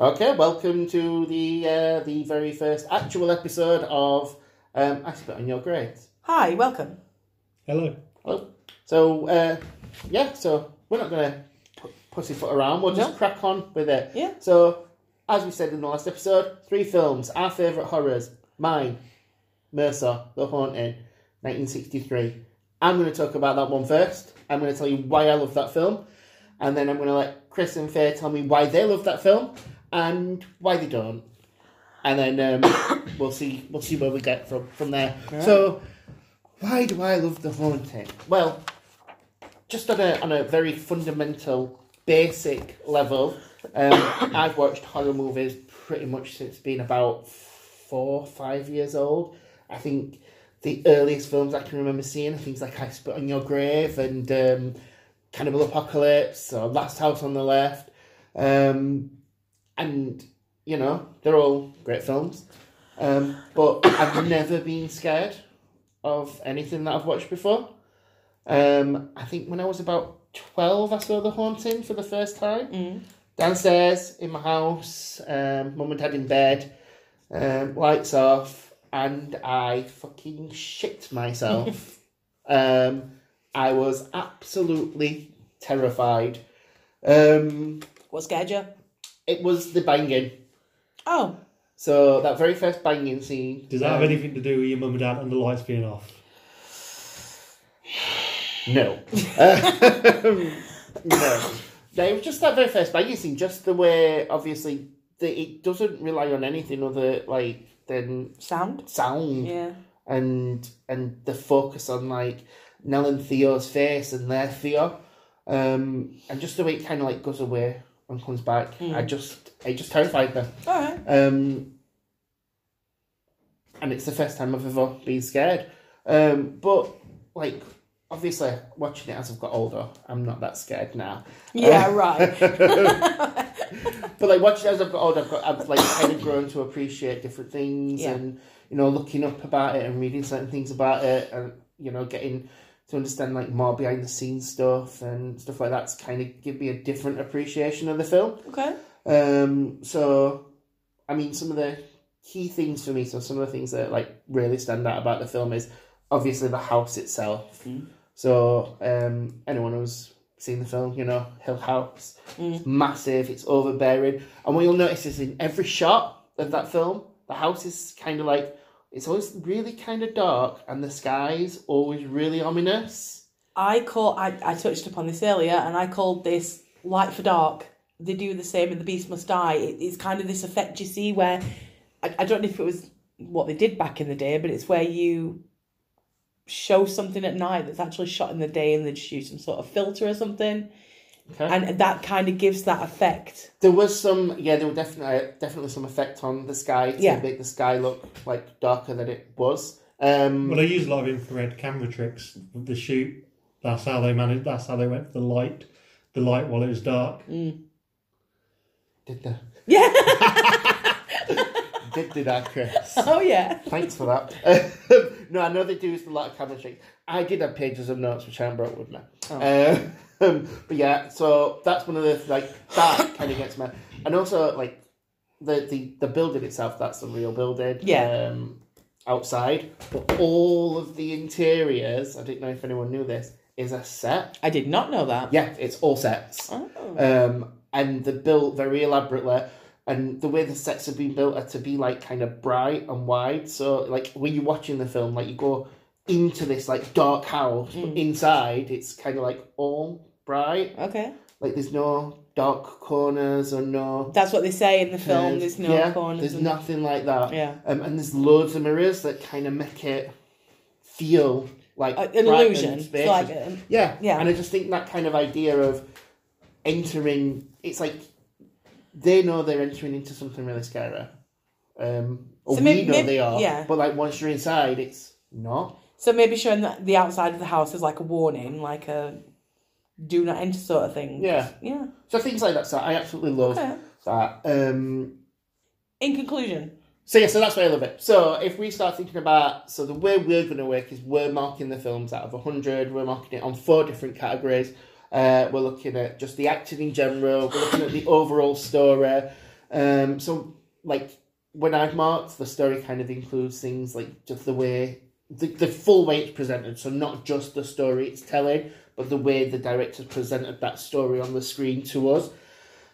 Okay, welcome to the uh, the very first actual episode of um, Aspect and Your Grades. Hi, welcome. Hello. Hello. So uh, yeah, so we're not gonna p- pussyfoot around. We'll just No. crack on with it. Yeah. So as we said in the last episode, three films, our favourite horrors, mine, Mercer, The Haunting, 1963. I'm going to talk about that one first. I'm going to tell you why I love that film, and then I'm going to let Chris and Faye tell me why they love that film and why they don't, and then um, we'll see we'll see where we get from from there. So, why do I love The Haunting? Well, just on a on a very fundamental, basic level, um, I've watched horror movies pretty much since being about four, five years old. I think the earliest films I can remember seeing are things like I Spit on Your Grave and um, Cannibal Apocalypse or Last House on the Left. Um, and, you know, they're all great films. Um, but I've never been scared of anything that I've watched before. Um, I think when I was about 12, I saw The Haunting for the first time. Downstairs in my house, um, mum and dad in bed, um, lights off, and I fucking shit myself. um, I was absolutely terrified. Um, What scared you? it was the banging. Oh, So that very first banging scene. Does that have um, anything to do with your mum and dad and the lights being off? No. Um, no. No, it was just that very first banging scene, just the way, obviously, that it doesn't rely on anything other, like, than sound. sound Yeah. and and the focus on, like, Nell and Theo's face and their fear. Um, and just the way it kind of, like, goes away and comes back. I just, it just terrified me. All right. Um, and it's the first time I've ever been scared. Um, but like, obviously, watching it as I've got older, I'm not that scared now. Yeah, right. But like watching it as I've got older, I've, got, I've like kind of grown to appreciate different things, Yeah. and you know, looking up about it and reading certain things about it, and you know, getting to understand like more behind the scenes stuff and stuff like that's kind of give me a different appreciation of the film. Okay. Um, so, I mean, some of the key things for me, so some of the things that like really stand out about the film is obviously the house itself. So, um, anyone who's seen the film, you know, Hill House, it's massive, it's overbearing, and what you'll notice is in every shot of that film, the house is kind of like it's always really kind of dark, and the sky's always really ominous. I call. I, I touched upon this earlier, and I called this light for dark. They do the same in The Beast Must Die. It, it's kind of this effect you see where I, I don't know if it was what they did back in the day, but it's where you show something at night that's actually shot in the day, and they just use some sort of filter or something, Okay. and that kind of gives that effect. There was some, yeah, there were definitely uh, definitely some effect on the sky to Yeah. make the sky look like darker than it was. Um, Well, they use a lot of infrared camera tricks with the shoot. That's how they managed. That's how they went for the light, the light while it was dark. Mm. did the Yeah. did did that, Chris? oh yeah. Thanks for that. no, I know they do use a lot of camera tricks. I did have pages of notes which I brought with me. Oh. Um, but yeah, so that's one of the like that kind of gets me, and also like the the the building itself. That's the real building. Yeah. Um, outside, but all of the interiors. I didn't know if anyone knew this. Is a set. I did not know that. Yeah, it's all sets. Oh. Um, and they're built very elaborately. And the way the sets have been built are to be like kind of bright and wide. So like when you're watching the film, like you go into this like dark house, Hmm. but inside it's kind of like all bright. Okay. Like there's no dark corners or no That's what they say in the film. There's no yeah, corners. There's and- nothing like that. Yeah. Um, and there's loads of mirrors that kind of make it feel like A- an bright and illusion. It's spacious. like um, a- yeah. Yeah. And I just think that kind of idea of entering, it's like they know they're entering into something really scary. Um, or So we may- know may- they are. yeah. But like once you're inside, it's not. So maybe showing that the outside of the house is like a warning, like a do not enter sort of thing. Yeah. Yeah. So things like that. So I absolutely love Okay. that. Um, In conclusion, so yeah, so that's why I love it. So if we start thinking about, so the way we're going to work is we're marking the films out of 100. We're marking it on four different categories. Uh, we're looking at just the acting in general. We're looking at the overall story. Um, so like when I've marked the story, kind of includes things like just the way the, the full way it's presented. So not just the story it's telling, but the way the director presented that story on the screen to us.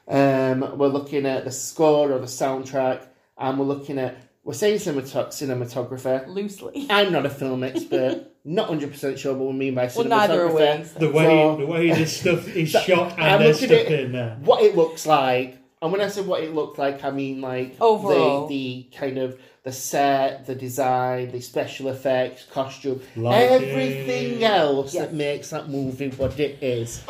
Um, we're looking at the score or the soundtrack, and we're looking at we're saying cinematog- cinematographer. loosely. I'm not a film expert, not hundred percent sure what we mean by cinematographer. Well, neither are we. so- The way So- the way this stuff is That- shot I'm and there's looking stuff at- in there. what it looks like. And when I say what it looked like, I mean like Overall. the, the kind of the set, the design, the special effects, costume, Lighting. everything else that Yes. makes that movie what it is.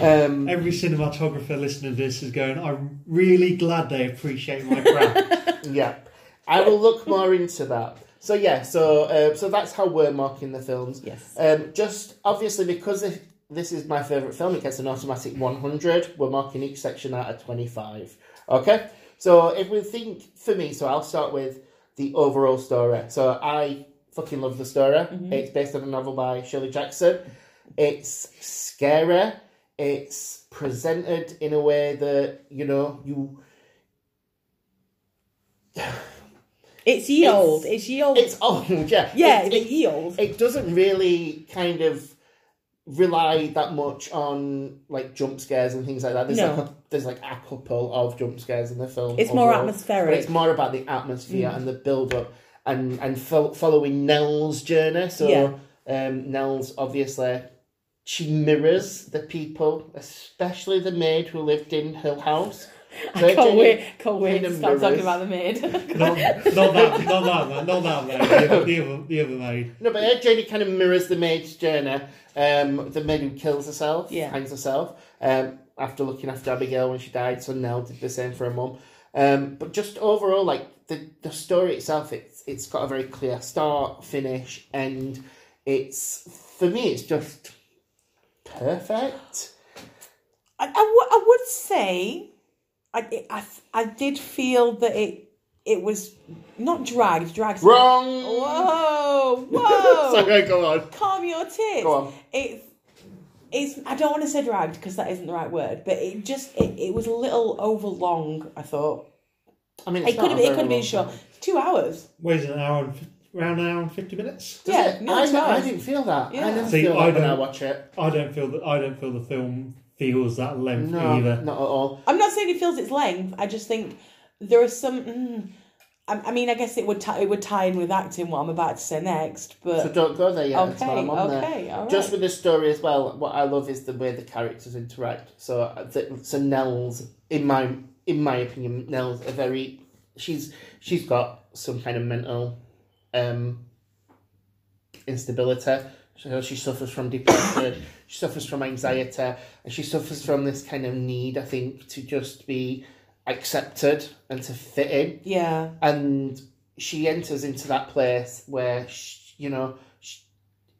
Um, Every cinematographer listening to this is going, I'm really glad they appreciate my craft. yeah, I will look more into that. So yeah, so uh, so that's how we're marking the films. Yes. Um, just obviously because if this is my favourite film, it gets an automatic 100. We're marking each section out of 25. Okay? So if we think, for me, so I'll start with the overall story. So I fucking love the story. It's based on a novel by Shirley Jackson. It's scary. It's presented in a way that, you know, you. It's ye It's- old. It's ye old. It's old, yeah. yeah, It- it's, it- ye old. it doesn't really kind of rely that much on like jump scares and things like that. There's No. like a, there's like a couple of jump scares in the film. It's more overall, But atmospheric. Mm. it's more about the atmosphere and the build up and and fo- following Nell's journey. So Yeah. um, Nell's obviously she mirrors the people, especially the maid who lived in her house. So I it's can't only- wait. Can't wait to kind of stop talking mirrors. about the maid. not, not that, not that one, not that one. The other, the other, the other maid. No, but her journey kind of mirrors the maid's journey. Um, the maid who kills herself, Yeah. hangs herself, um, after looking after Abigail when she died. So Nell did the same for her mum. Um, but just overall, like the, the story itself, it's it's got a very clear start, finish, end. It's for me, it's just perfect. I, I, w- I would say I, it- I, I did feel that it it was not dragged. Dragged. Wrong. Whoa! Whoa! Sorry, go on. Calm your tits. Go on. It's it's. I don't want to say dragged because that isn't the right word, but it just it, it was a little over long. I thought I mean, it's it not could a have it very could have long been short. film. Two hours. What is it, an hour and, fif- around an hour and 50 minutes? Does Yeah, it? no, it's I, I nice. didn't feel that. I Yeah. never See, feel I that when I don't- watch it. I don't feel that, I don't feel the film feels that length No, either. not at all. I'm not saying it feels its length. I just think there are some. Mm, I, I mean, I guess it would tie, it would tie in with acting what I'm about to say next, So but don't go there yet. that's why okay, I'm on there. okay, all right. Just with this story as well, what I love is the way the characters interact. So, uh, th- so Nell's, in my in my opinion, Nell's a very she's she's got some kind of mental um, instability. So she suffers from depression. she suffers from anxiety, and she suffers from this kind of need, I think, to just be accepted and to fit in yeah, and she enters into that place where sh you know sh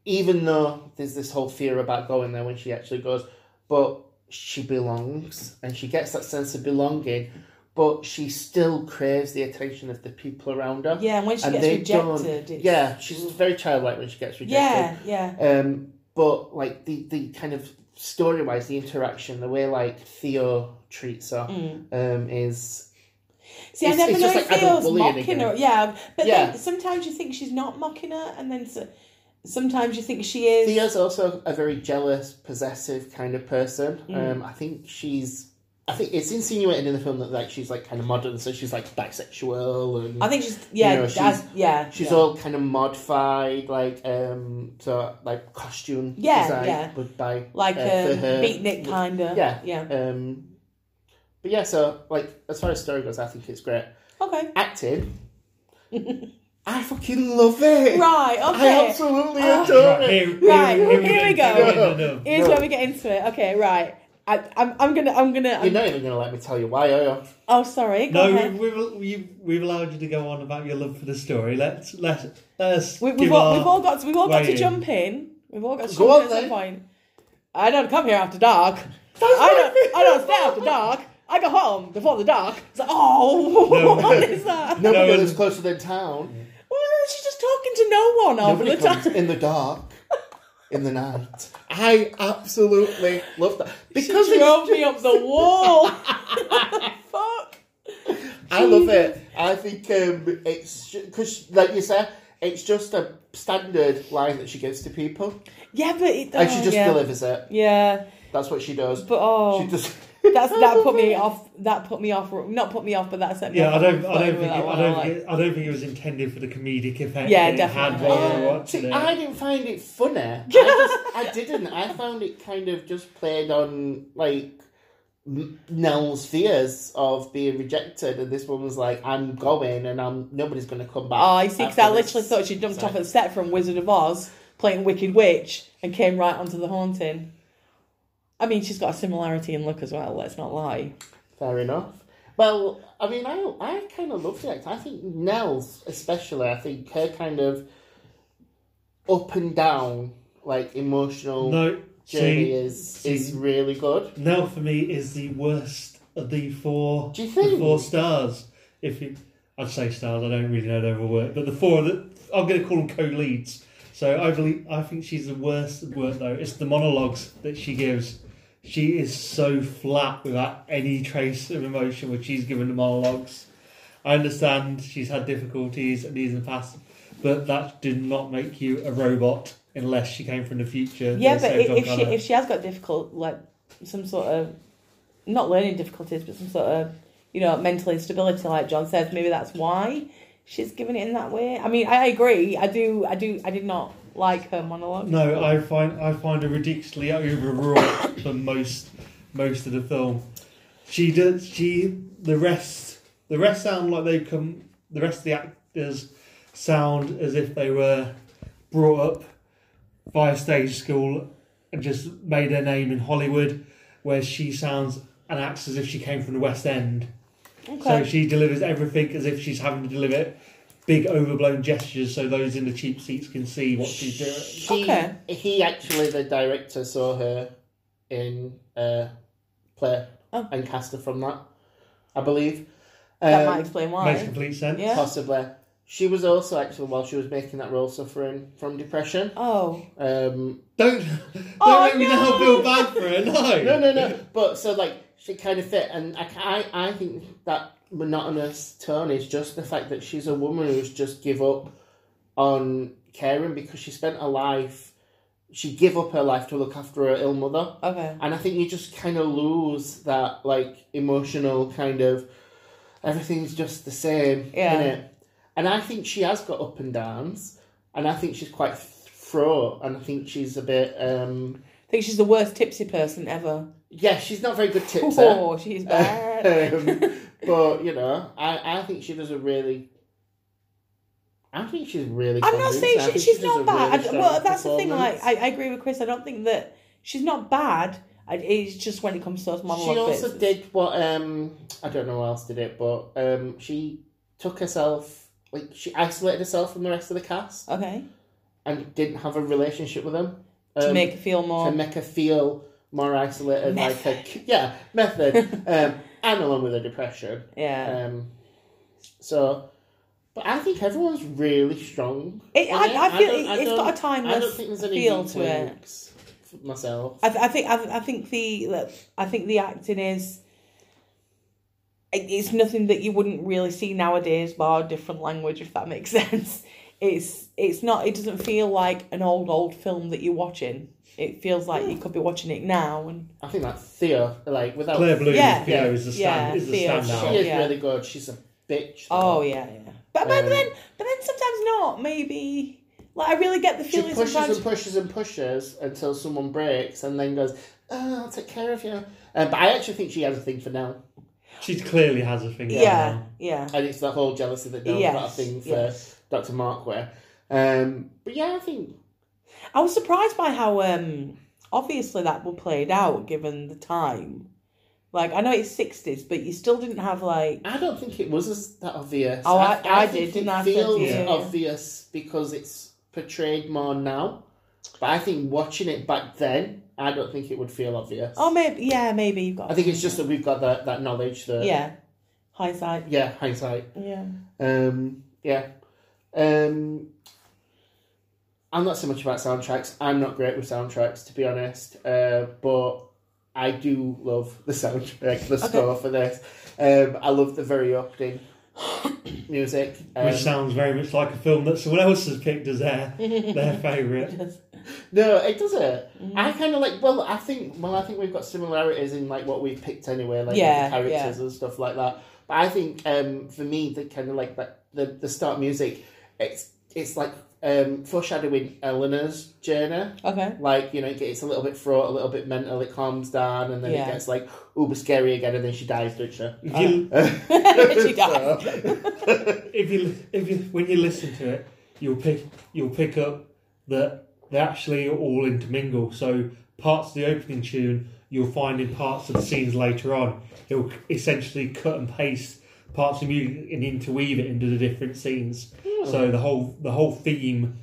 even though there's this whole fear about going there when she actually goes but she belongs and she gets that sense of belonging but she still craves the attention of the people around her yeah. And when she and gets they rejected, don't it's, yeah she's very childlike when she gets rejected yeah, yeah, um, but like the the kind of story wise, the interaction, the way like Theo treats her Mm. um, is See, It's- I never it's know just if like adult Theo's bullying mocking again. her. Yeah, but Yeah. Then sometimes you think she's not mocking her, and then so, sometimes you think she is. Thea's also a very jealous, possessive kind of person. Mm. Um, I think she's. I think it's insinuated in the film that like she's like kind of modern, so she's like bisexual and I think she's yeah, You know, she's- as- yeah. she's yeah. all kind of modified, like um, so like costume Yeah, design yeah. was by like uh, a for her- beatnik kind of. Yeah. yeah. um, but yeah, so like as far as story goes, I think it's great. Okay, Acting, I fucking love it. right. I Okay, absolutely Oh. adore it. here, Right, here we go. in the nub. Here's where we get into it. Okay, right. I, I'm, I'm gonna, I'm gonna. You're I'm, not even gonna let me tell you why, are you? oh, sorry. Go No, ahead. we, we've, we've, we've allowed you to go on about your love for the story. Let's let's let's We, give we've, all, our- we've all got, to, we've all got way to in. jump in. We've all got to Go jump on in at then. some point. I don't come here after dark. my I don't, I don't favourite stay after dark. I go home before the dark. It's like, oh, No. what is that? Nobody No, and- lives closer than town. Well, she's just talking to no one half of Nobody the comes time. in the dark, in the night. I absolutely love that because She it's drove just, me up the wall. Fuck. I love it. I think um, it's because, like you said, it's just a standard line that she gives to people, Yeah, but it, and oh, she just yeah. delivers it. Yeah, That's what she does. but oh, she just. that's that put me off. That put me off. Not put me off, but that set me. Yeah, I off. don't, I don't Flirting with think, that it, I one, don't, like- think it, I don't think it was intended for the comedic effect. Yeah, that It definitely. had while we were Oh, watching see, it. I didn't find it funny. I just, I didn't. I found it kind of just played on like M- Nell's fears of being rejected, and this one was like, "I'm going, and I'm nobody's going to come back." Oh, I see. Because I after this." literally thought she jumped Sorry. off at the set from Wizard of Oz playing Wicked Witch and came right onto the haunting. I mean, she's got a similarity in look as well. Let's not lie. Fair enough. Well, I mean, I I kind of loved it. I think Nell's especially. I think her kind of up and down, like emotional No, journey see, is see- is really good. Nell for me is the worst of the four. Do you think? The four stars. If you, I'd say stars. I don't really know their real work, but the four that I'm going to call them co-leads. So I believe I think she's the worst of work though. It's the monologues that she gives. She is so flat without any trace of emotion when she's given the monologues. I understand she's had difficulties and these in the past, but that did not make you a robot unless she came from the future. Yeah, but They if, saved John if she Connor. if she has got difficult like some sort of not learning difficulties, but some sort of you know mental instability, like John says, maybe that's why she's given it in that way. I mean, I agree. I do. I do. I did not like her monologue. No, I find I find her ridiculously overwrought for most most of the film. She does she the rest the rest sound like they come the rest of the actors sound as if they were brought up by stage school and just made their name in Hollywood, where she sounds and acts as if she came from the West End. So Okay. she delivers everything as if she's having to deliver big overblown gestures so those in the cheap seats can see what she's doing. She, Okay. He actually, the director, saw her in a play Oh. and cast her from that, I believe. that Um, might explain Makes why. complete sense. Yeah. Possibly. She was also actually while she was making that role suffering from depression. Oh, Um, Don't don't Oh, make me now no! feel bad for her. No. no, no, no. But so like she kind of fit, and I, I, I think that monotonous tone is just the fact that she's a woman who's just give up on caring because she spent her life, she give up her life to look after her ill mother. okay. and I think you just kind of lose that like emotional kind of everything's just the same, Yeah. innit? And I think she has got up and downs, and I think she's quite fraught, and I think she's a bit um I think she's the worst tipsy person ever. yeah, she's not very good tipster, Oh, she's bad. Um, but you know, I I think she does a really. I think she's really. I'm not convincing. I saying think she, she she's does a not bad. really I- well, strong that's the thing. Like, performance. I, I agree with Chris. I don't think that she's not bad. I, it's just when it comes to those monologue she also bits. did what um I don't know who else did it, but um she took herself like she isolated herself from the rest of the cast Okay, and didn't have a relationship with them to um, make her feel more. to make her feel more isolated, like a yeah method, um, and along with her depression. yeah, Um, so, but I think everyone's really strong. it, I, Yeah, I feel don't- I it, it's don't- got a I timeless don't think there's any feel to it. weaklinks myself. I, th- I think I, I think the look, I think the acting is it- it's nothing that you wouldn't really see nowadays bar a different language if that makes sense. It's it's not it doesn't feel like an old old film that you're watching. It feels like you could be watching it now and I think that Theo, like without Claire Bloom Yeah. is, Theo is the stand, Yeah, is the Theo. She No. standout. is Yeah. really good. She's a bitch. oh though. yeah, yeah. But, but Um, then but then sometimes not maybe like I really get the She feeling pushes sometimes and pushes and pushes until someone breaks and then goes, oh, I'll take care of you. Um, but I actually think she has a thing for Nell. She clearly has a thing. yeah yeah And it's the whole jealousy that Nell's got a yes, thing for yes. Dr. Markware. Um, but yeah, I think. I was surprised by how um obviously that were played out given the time. Like I know it's sixties, but you still didn't have like I don't think it was as that obvious. Oh, I- I think did, didn't it I? feels Yeah. obvious because it's portrayed more now. But I think watching it back then, I don't think it would feel obvious. oh maybe yeah maybe you've got. I think it's just uh, that we've got that, that knowledge that. yeah hindsight Yeah, hindsight. yeah Um, yeah. Um, I'm not so much about soundtracks. I'm not great with soundtracks, to be honest. Uh, but I do love the soundtrack, the score for this. Um, I love the very opening music. Um, Which sounds very much like a film that someone else has picked as their their favourite. No, it doesn't. Mm-hmm. I kind of like. Well, I think. Well, I think we've got similarities in like what we've picked anyway, like Yeah, the characters and stuff like that. But I think um, for me, the kind of like that the, the start music, it's it's like um, foreshadowing Eleanor's journey. Okay. Like you know, it gets a little bit fraught, a little bit mental. It calms down, and then Yeah. it gets like uber scary again, and then she dies, doesn't she? If Uh, you, she dies. if you, if you, when you listen to it, you'll pick, you'll pick up that they actually all intermingle. So parts of the opening tune you'll find in parts of the scenes later on. It'll essentially cut and paste parts of music and interweave it into the different scenes. So the whole, the whole theme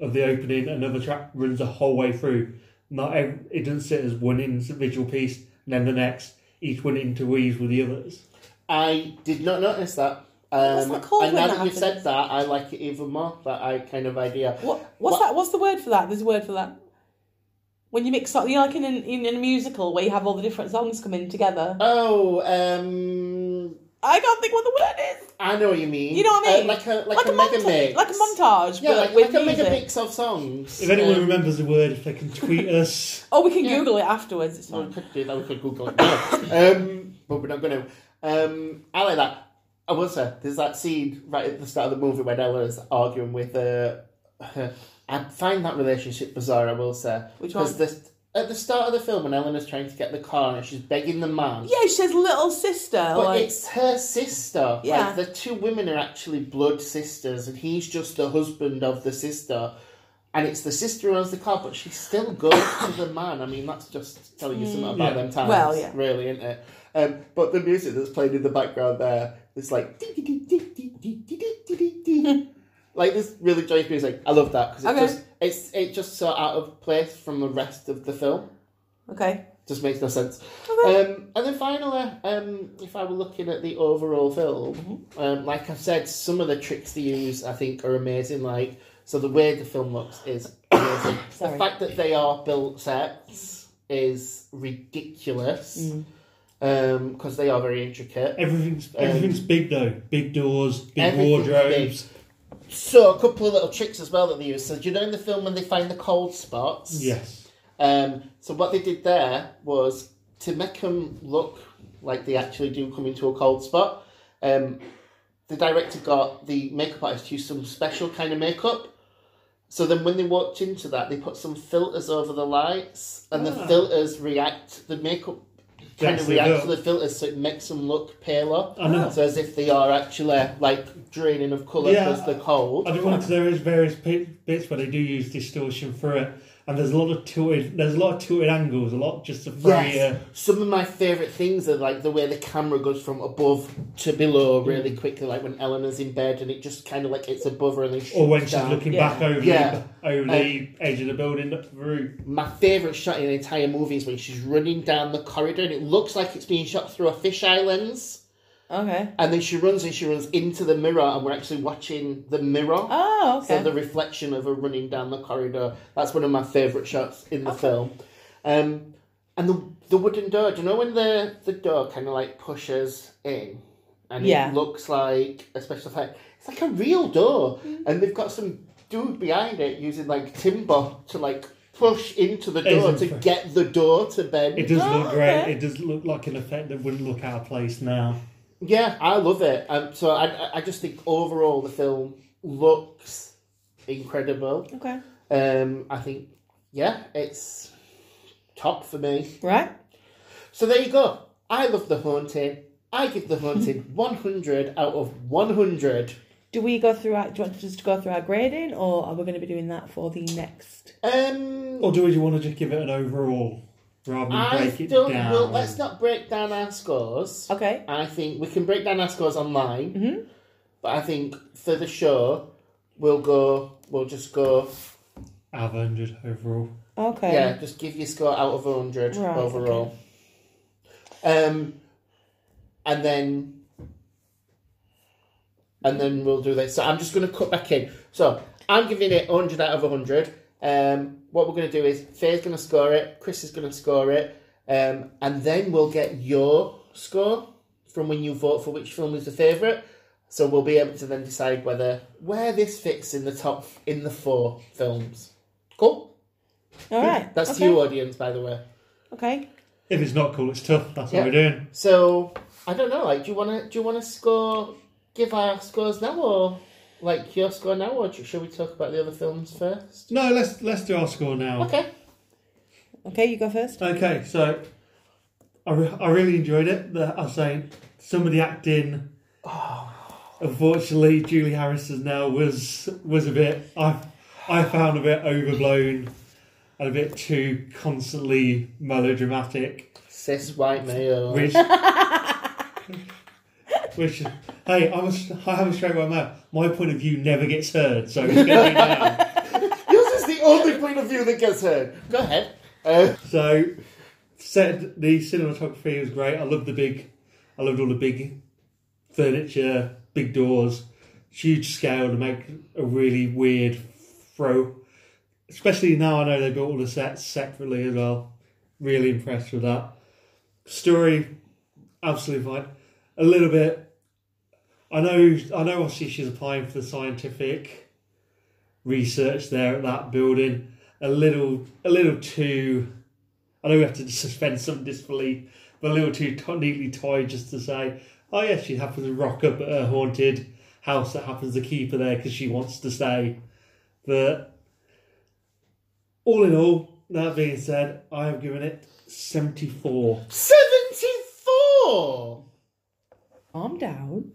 of the opening, another track runs the whole way through. Not ev it doesn't sit as one individual piece and then the next. Each one interweaves with the others. I did not notice that. What's Um, that called and when now that that you've said happens? that, I like it even more. That I kind of idea. What, what's that? What's the word for that? There's a word for that. When you mix up, you know, like in, an, in a musical where you have all the different songs coming together. Oh, um, I can't think what the word is. I know what you mean. You know what I mean? Uh, like a like, Like, a, a, mega monta- mix. like a montage, Yeah, but like, with like a music. mega mix of songs. If anyone Um, remembers the word, if they can tweet us. Oh, we can Yeah. Google it afterwards. It's well, we fine. could do that. We could Google it. now. um, but we're not going to. Um, I like that. I will say there's that scene right at the start of the movie when Ella's arguing with. Uh, I find that relationship bizarre. I will say Which because one? this at the start of the film when Eleanor's trying to get the car and she's begging the man. Yeah, she says little sister. But like, it's her sister. Yeah. Like the two women are actually blood sisters, and he's just the husband of the sister. And it's the sister who owns the car, but she still goes to the man. I mean, that's just telling you something about Yeah. them times, Well, yeah. really, isn't it? Um, but the music that's played in the background there, it's like like this really joyous music. I love that because it Okay. just it's it just so out of place from the rest of the film okay. just makes no sense. Okay. Um, and then finally, um, if I were looking at the overall film, um, like I've said, some of the tricks they use I think are amazing. Like, so the way the film looks is amazing. the Sorry. fact that they are built sets is ridiculous because they are very intricate. Everything's everything's big though. Big doors, big Um, Everything's wardrobes. So a couple of little tricks as well that they use. So do you know in the film when they find the cold spots? Yes. Um, so what they did there was to make them look like they actually do come into a cold spot. Um, the director got the makeup artist to use some special kind of makeup. So then when they walked into that, they put some filters over the lights, and the Ah. filters react. The makeup kind That's of the reacts look. to the filters, so it makes them look paler. I know. So as if they are actually like draining of colour Yeah. because they're cold. I do want to. There is various pi- bits where they do use distortion for it, and there's a lot of tilted. There's a lot of tilted angles. A lot just to throw Yes. Some of my favourite things are like the way the camera goes from above to below Mm. really quickly, like when Eleanor's in bed and it just kind of like it's above her and then you, or when shoots she's down. looking Yeah. back over Yeah. Um, the, over the edge of the building up the roof. My favourite shot in the entire movie is when she's running down the corridor and it looks like it's being shot through a fisheye lens. Okay. And then she runs and she runs into the mirror and we're actually watching the mirror. Oh, okay. So the reflection of her running down the corridor. That's one of my favourite shots in the film. Um, and the the wooden door. Do you know when the the door kind of like pushes in, and Yeah. it looks like a special effect? It's like a real door, Mm-hmm. and they've got some dude behind it using like timber to like push into the It's door to impressive. get the door to bend. It does Oh, look great. okay. It does look like an effect that wouldn't look out of place now. Yeah, I love it. Um, so I I- I just think overall the film looks incredible. okay. Um, I think, yeah, it's top for me. Right. So there you go. I love the haunting. I give the haunting 100 out of 100. Do we go through our, do you want to just go through our grading or are we going to be doing that for the next? Um, Or do you want to just give it an overall rather than I Oh, break it don't. down? Well, let's not break down our scores. Okay. I think we can break down our scores online, Mm-hmm. but I think for the show, we'll go. We'll just go. Out of 100 overall. Okay. Yeah, just give your score out of 100 Right, overall. Um, and then. And then we'll do this. So I'm just going to cut back in. So I'm giving it 100 out of 100. Um, what we're going to do is Faye's going to score it, Chris is going to score it, um, and then we'll get your score. from when you vote for which film is the favourite. So we'll be able to then decide whether where this fits in the top in the four films. Cool. All right. That's okay. to you, audience, by the way. Okay. If it's not cool, it's tough. That's Yeah. what we're doing. So I don't know. Like, do you wanna do you wanna score? Give our scores now, or like your score now, or sh- should we talk about the other films first? No, let's let's do our score now. Okay. Okay, you go first. Okay, so I, re- I really enjoyed it. The, I was saying some of the acting. Unfortunately, Julie Harris's now was was a bit I I found a bit overblown and a bit too constantly melodramatic, Cis white male. which which hey I was I have a straight white man. My point of view never gets heard, so it's going to be down. Yours is the only point of view that gets heard. Go ahead. Uh, So, said the cinematography was great. I loved the big, I loved all the big furniture, big doors, huge scale to make a really weird throw. Especially now I know they built all the sets separately as well. Really impressed with that. Story, absolutely fine. A little bit. I know. I know. Obviously, she's applying for the scientific research there at that building a little a little too I know we have to suspend some disbelief, but a little too t- neatly tied just to say, oh yeah, she happens to rock up at her haunted house that happens to keep her there because she wants to stay. But all in all, that being said, I have given it seventy four. Seventy-four. Calm down.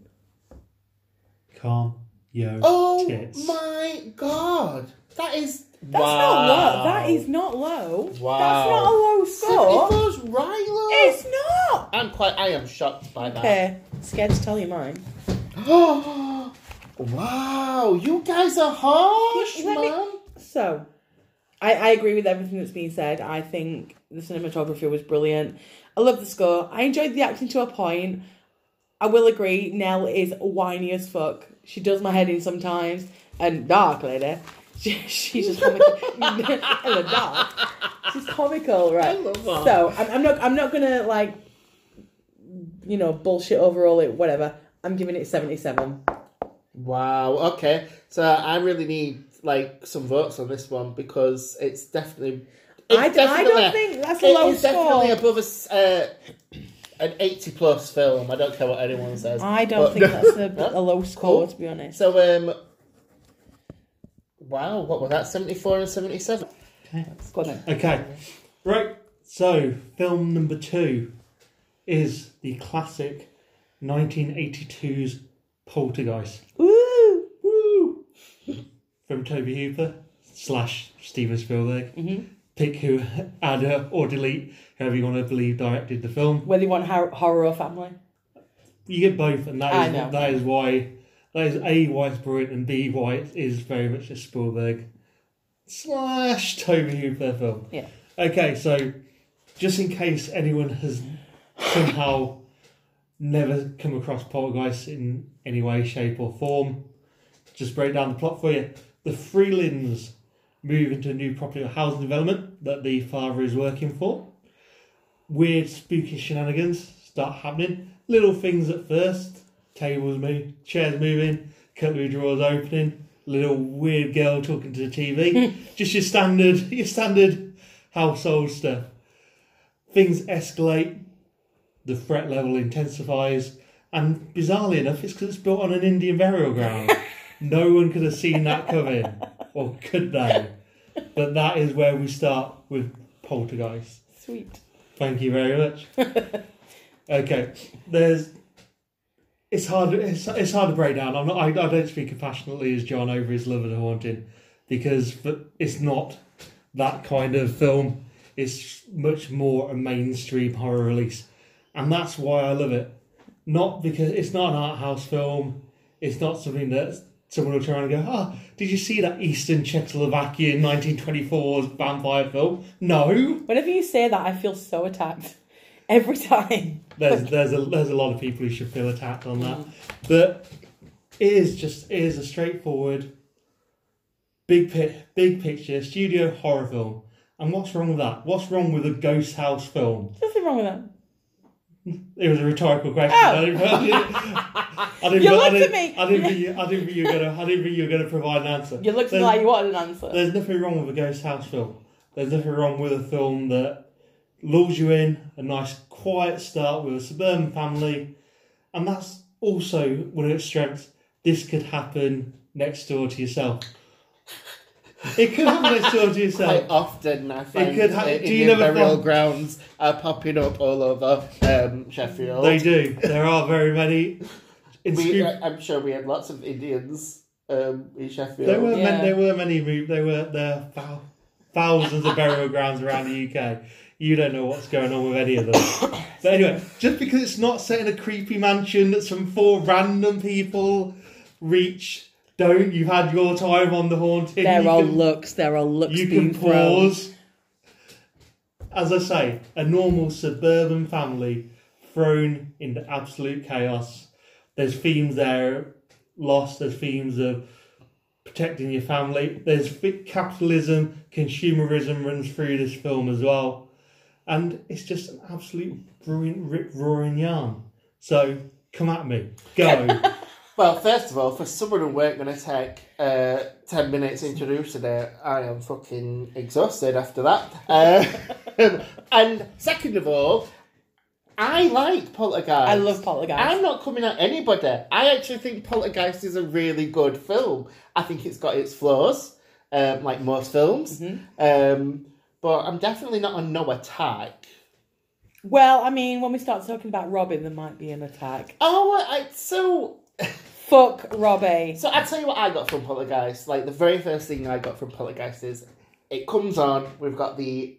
Calm yo Oh tits. my god. That is That's not low. That is not low. That's Wow. not a low score. Seventy-four's right, love. It's not. I'm quite. I am shocked by that. Okay. Scared to tell you mine. wow, you guys are harsh, Let me- man. So, I, I agree with everything that's been said. I think the cinematography was brilliant. I love the score. I enjoyed the acting to a point. I will agree, Nell is whiny as fuck. She does my head in sometimes. And dark lady. She, she's just comical. and the dark. She's comical, right? I love her. So I'm, I'm not I'm not gonna like you know, bullshit overall it whatever. I'm giving it seventy seven. Wow. Okay. So I really need like some votes on this one because it's definitely. it's I, I definitely- don't think that's a it low is score. definitely above a, s- uh, an eighty-plus film. I don't care what anyone says. I But- don't think that's a, a Huh? low score, Cool. to be honest. So um. Wow, what was that? Seventy-four and seventy-seven. Go on then. Okay. Right. So, film number two is the classic 1982's Poltergeist. Woo! Woo! From Toby Hooper slash Steven Spielberg. Mm-hmm. Pick who, add her or delete, whoever you want to believe directed the film. Whether you want hor- horror or family. You get both, and I that know. is, that is why, that is A, why it's brilliant, and B, why it is very much a Spielberg slash Toby Hooper film. Yeah. Okay, so just in case anyone has somehow never come across Poltergeist in any way, shape, or form, just break down the plot for you. The Freelands move into a new property or housing development that the father is working for. Weird, spooky shenanigans start happening. Little things at first tables move, chairs moving, cutlery drawers opening, little weird girl talking to the TV. just your standard, your standard household stuff. Things escalate, the threat level intensifies, and bizarrely enough, it's because it's built on an Indian burial ground. no one could have seen that coming, or could they? But that is where we start with Poltergeist. Sweet. Thank you very much. okay, there's. It's hard. It's, it's hard to break down. I'm not. I, I don't speak compassionately as John over his love of the haunting, because but it's not that kind of film. It's much more a mainstream horror release, and that's why I love it. Not because it's not an art house film. It's not something that someone will turn around and go, "Ah, did you see that Eastern Czechoslovakian 1924 vampire film?" No. Whenever you say that, I feel so attacked. Every time. there's there's a there's a lot of people who should feel attacked on that. Mm. But it is just it is a straightforward big pi- big picture studio horror film. And what's wrong with that? What's wrong with a ghost house film? Nothing wrong with that. It was a rhetorical question. Oh. I didn't, I didn't- I didn't- You I looked at didn't- me. I didn't think you. I didn't think you were gonna. I didn't think you were gonna provide an answer. You looked There's- like you wanted an answer. There's nothing wrong with a ghost house film. There's nothing wrong with a film that lulls you in a nice quiet start with a suburban family, and that's also one of its strengths. This could happen next door to yourself. It could happen next door to yourself. Quite often, I find could ha- that do you Indian never burial find- grounds are popping up all over um, Sheffield. They do. There are very many. we, uh, inscrut- I- I'm sure we had lots of Indians um, in Sheffield. there were Yeah. man- there were many mo- there were there are thousands of burial grounds around the UK. You don't know what's going on with any of them. But anyway, just because it's not set in a creepy mansion that some four random people reach, don't you've had your time on the haunting. There you are can- looks. There are looks you being can thrown. pause. As I say, a normal suburban family thrown into absolute chaos. There's themes there, loss. There's themes of protecting your family. There's big capitalism, consumerism runs through this film as well, and it's just an absolute brilliant, rip roaring yarn. So come at me, go. Well, first of all, for someone who weren't going to take uh, 10 minutes introducing it, I am fucking exhausted after that. Uh, and second of all, I like Poltergeist. I love Poltergeist. I'm not coming at anybody. I actually think Poltergeist is a really good film. I think it's got its flaws, um, like most films. Mm-hmm. Um, but I'm definitely not a no attack. Well, I mean, when we start talking about Robin, there might be an attack. Oh, I, so Fuck Robbie. So I'll tell you what I got from Poltergeist. Like the very first thing I got from Poltergeist is it comes on, we've got the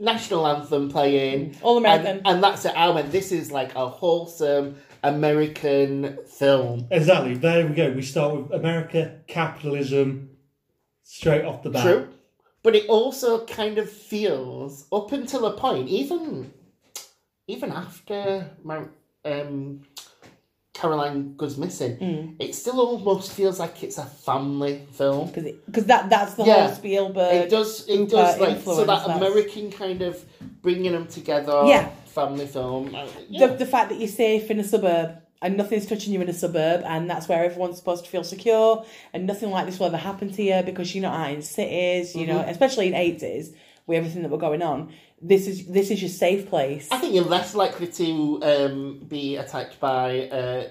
national anthem playing. Mm-hmm. All American. And, and that's it. I went, this is like a wholesome American film. Exactly. There we go. We start with America, capitalism, straight off the bat. True. But it also kind of feels up until a point, even even after my um Caroline goes missing, Hmm. it still almost feels like it's a family film. Because that, that's the Yeah. whole Spielberg. It does. It Uber does like so influence, that that's- American kind of bringing them together. Yeah. Family film. uh, the, yeah. the fact that you're safe in a suburb and nothing's touching you in a suburb and that's where everyone's supposed to feel secure and nothing like this will ever happen to you because you're not out in cities you know especially in 80s with everything that were going on this is this is your safe place I think you're less likely to um, be attacked by uh,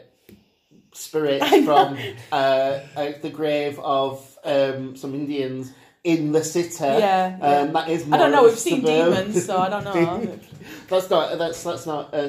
spirits from uh, uh, the grave of um, some Indians in the city. Yeah, Um, yeah. That is. I More don't know. of a We've seen suburb. demons, so I don't know. that's not. That's that's not. Uh,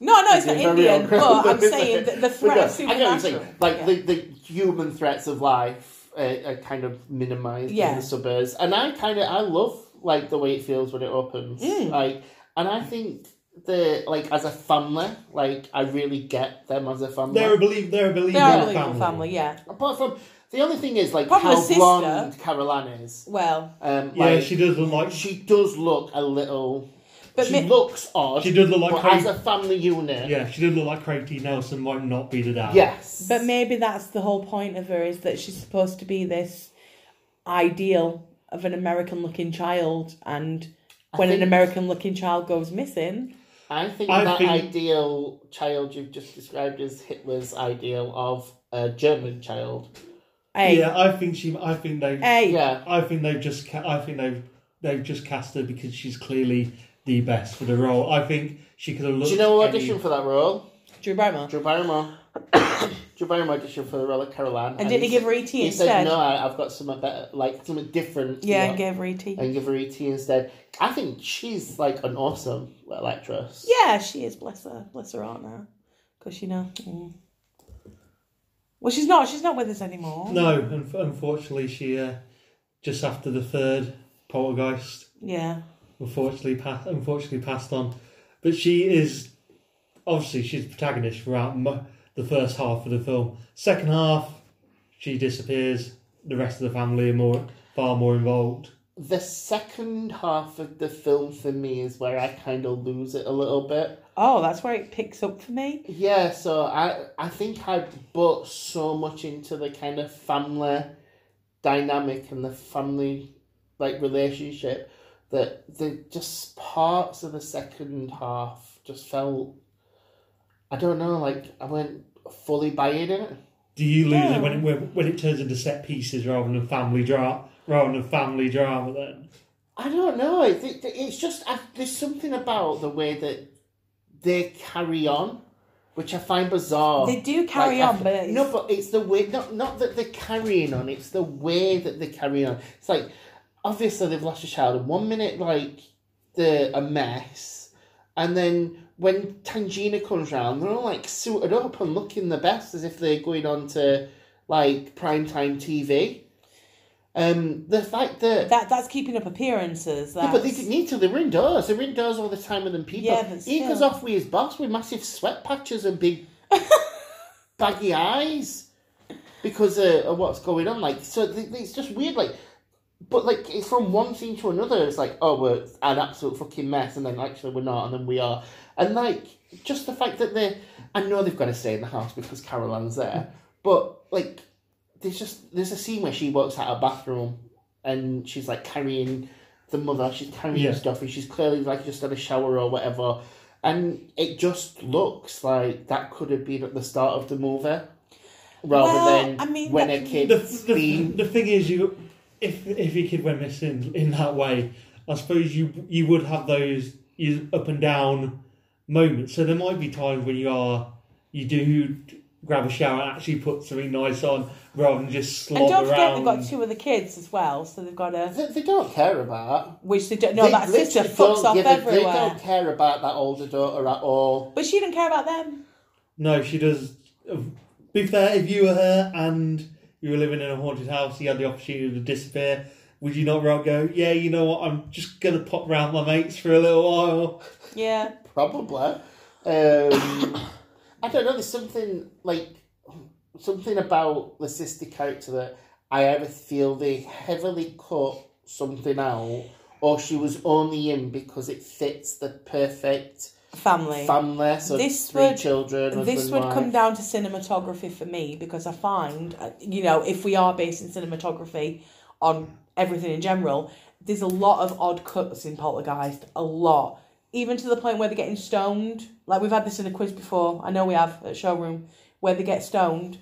No, no, it's not very Indian. ungrounded, But I'm isn't saying it? that the But threat no, of I get what you're saying. supernatural. Like Yeah. the, the human threats of life uh, are kind of minimised in Yeah. the suburbs, and I kind of I love like the way it feels when it opens. Mm. Like, and I think the like as a family, like I really get them as a family. They're a believe. They're a believing they are a family. legal family. Yeah. Apart from the only thing is like Apart from how her sister- blonde Caroline is. Well, Um, Yeah, like, she does look like she. she does look a little. But she mi- looks odd. She does look like but Craig- as a family unit. Yeah, she does look like Craig T. Nelson might not be the dad. Yes. but maybe that's the whole point of her is that she's supposed to be this ideal of an American-looking child, and when think- an American-looking child goes missing, I think I that think- ideal child you've just described is Hitler's ideal of a German child. hey, Yeah, I think she. I think they. hey, Yeah. I think they've just. Ca- I think they've. They've just cast her because she's clearly the best for the role. I think she could have looked. Do you know who any- auditioned for that role? Drew Barrymore. Drew Barrymore. Drew Barrymore auditioned for the role of Caroline. And did he give her ET He instead? said, no, I, I've got something better, like something different. yeah, you know, and gave her E ET. and give her ET instead. I think she's like an awesome little actress. Yeah, she is. Bless her. Bless her heart now, because you know. mm. Well, she's not. She's not with us anymore. No, un- unfortunately, she uh, just after the third Poltergeist. Yeah. unfortunately passed unfortunately passed on but she is obviously she's the protagonist throughout mo- the first half of the film second half she disappears the rest of the family are more far more involved The second half of the film for me is where I kind of lose it a little bit. Oh, that's where it picks up for me. Yeah, so I I think I bought so much into the kind of family dynamic and the family like relationship that the just parts of the second half just felt I don't know. Like I went fully buying it. Do you lose No. it when it when, when it turns into set pieces rather than family drama? Rather than family drama, then I don't know. It, it, it's just I, there's something about the way that they carry on, which I find bizarre. They do carry Oh, Like, I on, f- but it's, no, but it's the way not not that they're carrying on. It's the way that they're carrying on. It's like obviously they've lost a child, and one minute like they're a mess, and then when Tangina comes round, they're all like suited up and looking the best, as if they're going on to like primetime TV. Um, the fact that. that that's keeping up appearances. That's, Yeah, but they didn't need to. They were indoors. They were indoors all the time with them people. Yeah, but he goes still. off with his boss with massive sweat patches and big baggy eyes because uh, of what's going on. Like, so th- th- it's just weird. Like, but like it's from one scene to another. It's like, oh, we're an absolute fucking mess, and then actually we're not, and then we are, and like just the fact that they, I know they've got to stay in the house because Carol Anne's there, but like there's just there's a scene where she walks out of her bathroom and she's like carrying the mother, she's carrying Yeah. stuff, and she's clearly like just had a shower or whatever. And it just looks like that could have been at the start of the movie, rather Well, than I mean, when that- a the, kid's the, been. the thing is, you if if your kid went missing in that way, I suppose you you would have those you up and down moments. So there might be times when you are you do grab a shower and actually put something nice on rather than just slob and don't forget around. they've got two other kids as well, so they've got a They, they don't care about. which they don't. No, They that sister literally fucks don't off give a- They everywhere, don't care about that older daughter at all. but she didn't care about them. No, she does. um, Be fair, if you were her and you were living in a haunted house, you had the opportunity to disappear. Would you not rather go? Yeah, you know what? I'm just gonna pop round my mates for a little while. Yeah, Probably. Um, I don't know. There's something like something about the sister character that I ever feel they heavily cut something out, or she was only in because it fits the perfect family. family. So This three would- children. This husband, would wife. come down to cinematography for me because I find, uh, you know, if we are basing cinematography on everything in general, there's a lot of odd cuts in Poltergeist, a lot. Even to the point where they're getting stoned. Like we've had this in a quiz before, I know we have at Showroom, where they get stoned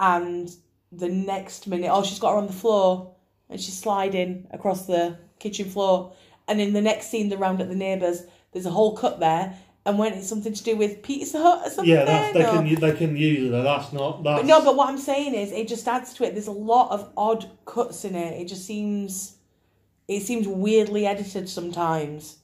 and the next minute, oh, she's got her on the floor and she's sliding across the kitchen floor. And in the next scene, the round at the neighbours, there's a whole cut there. And when it's something to do with Pizza Hut or something, Yeah, that's, they or- can they can use it. though. That's not that's but no, but what I'm saying is, it just adds to it. There's a lot of odd cuts in it. It just seems, it seems weirdly edited sometimes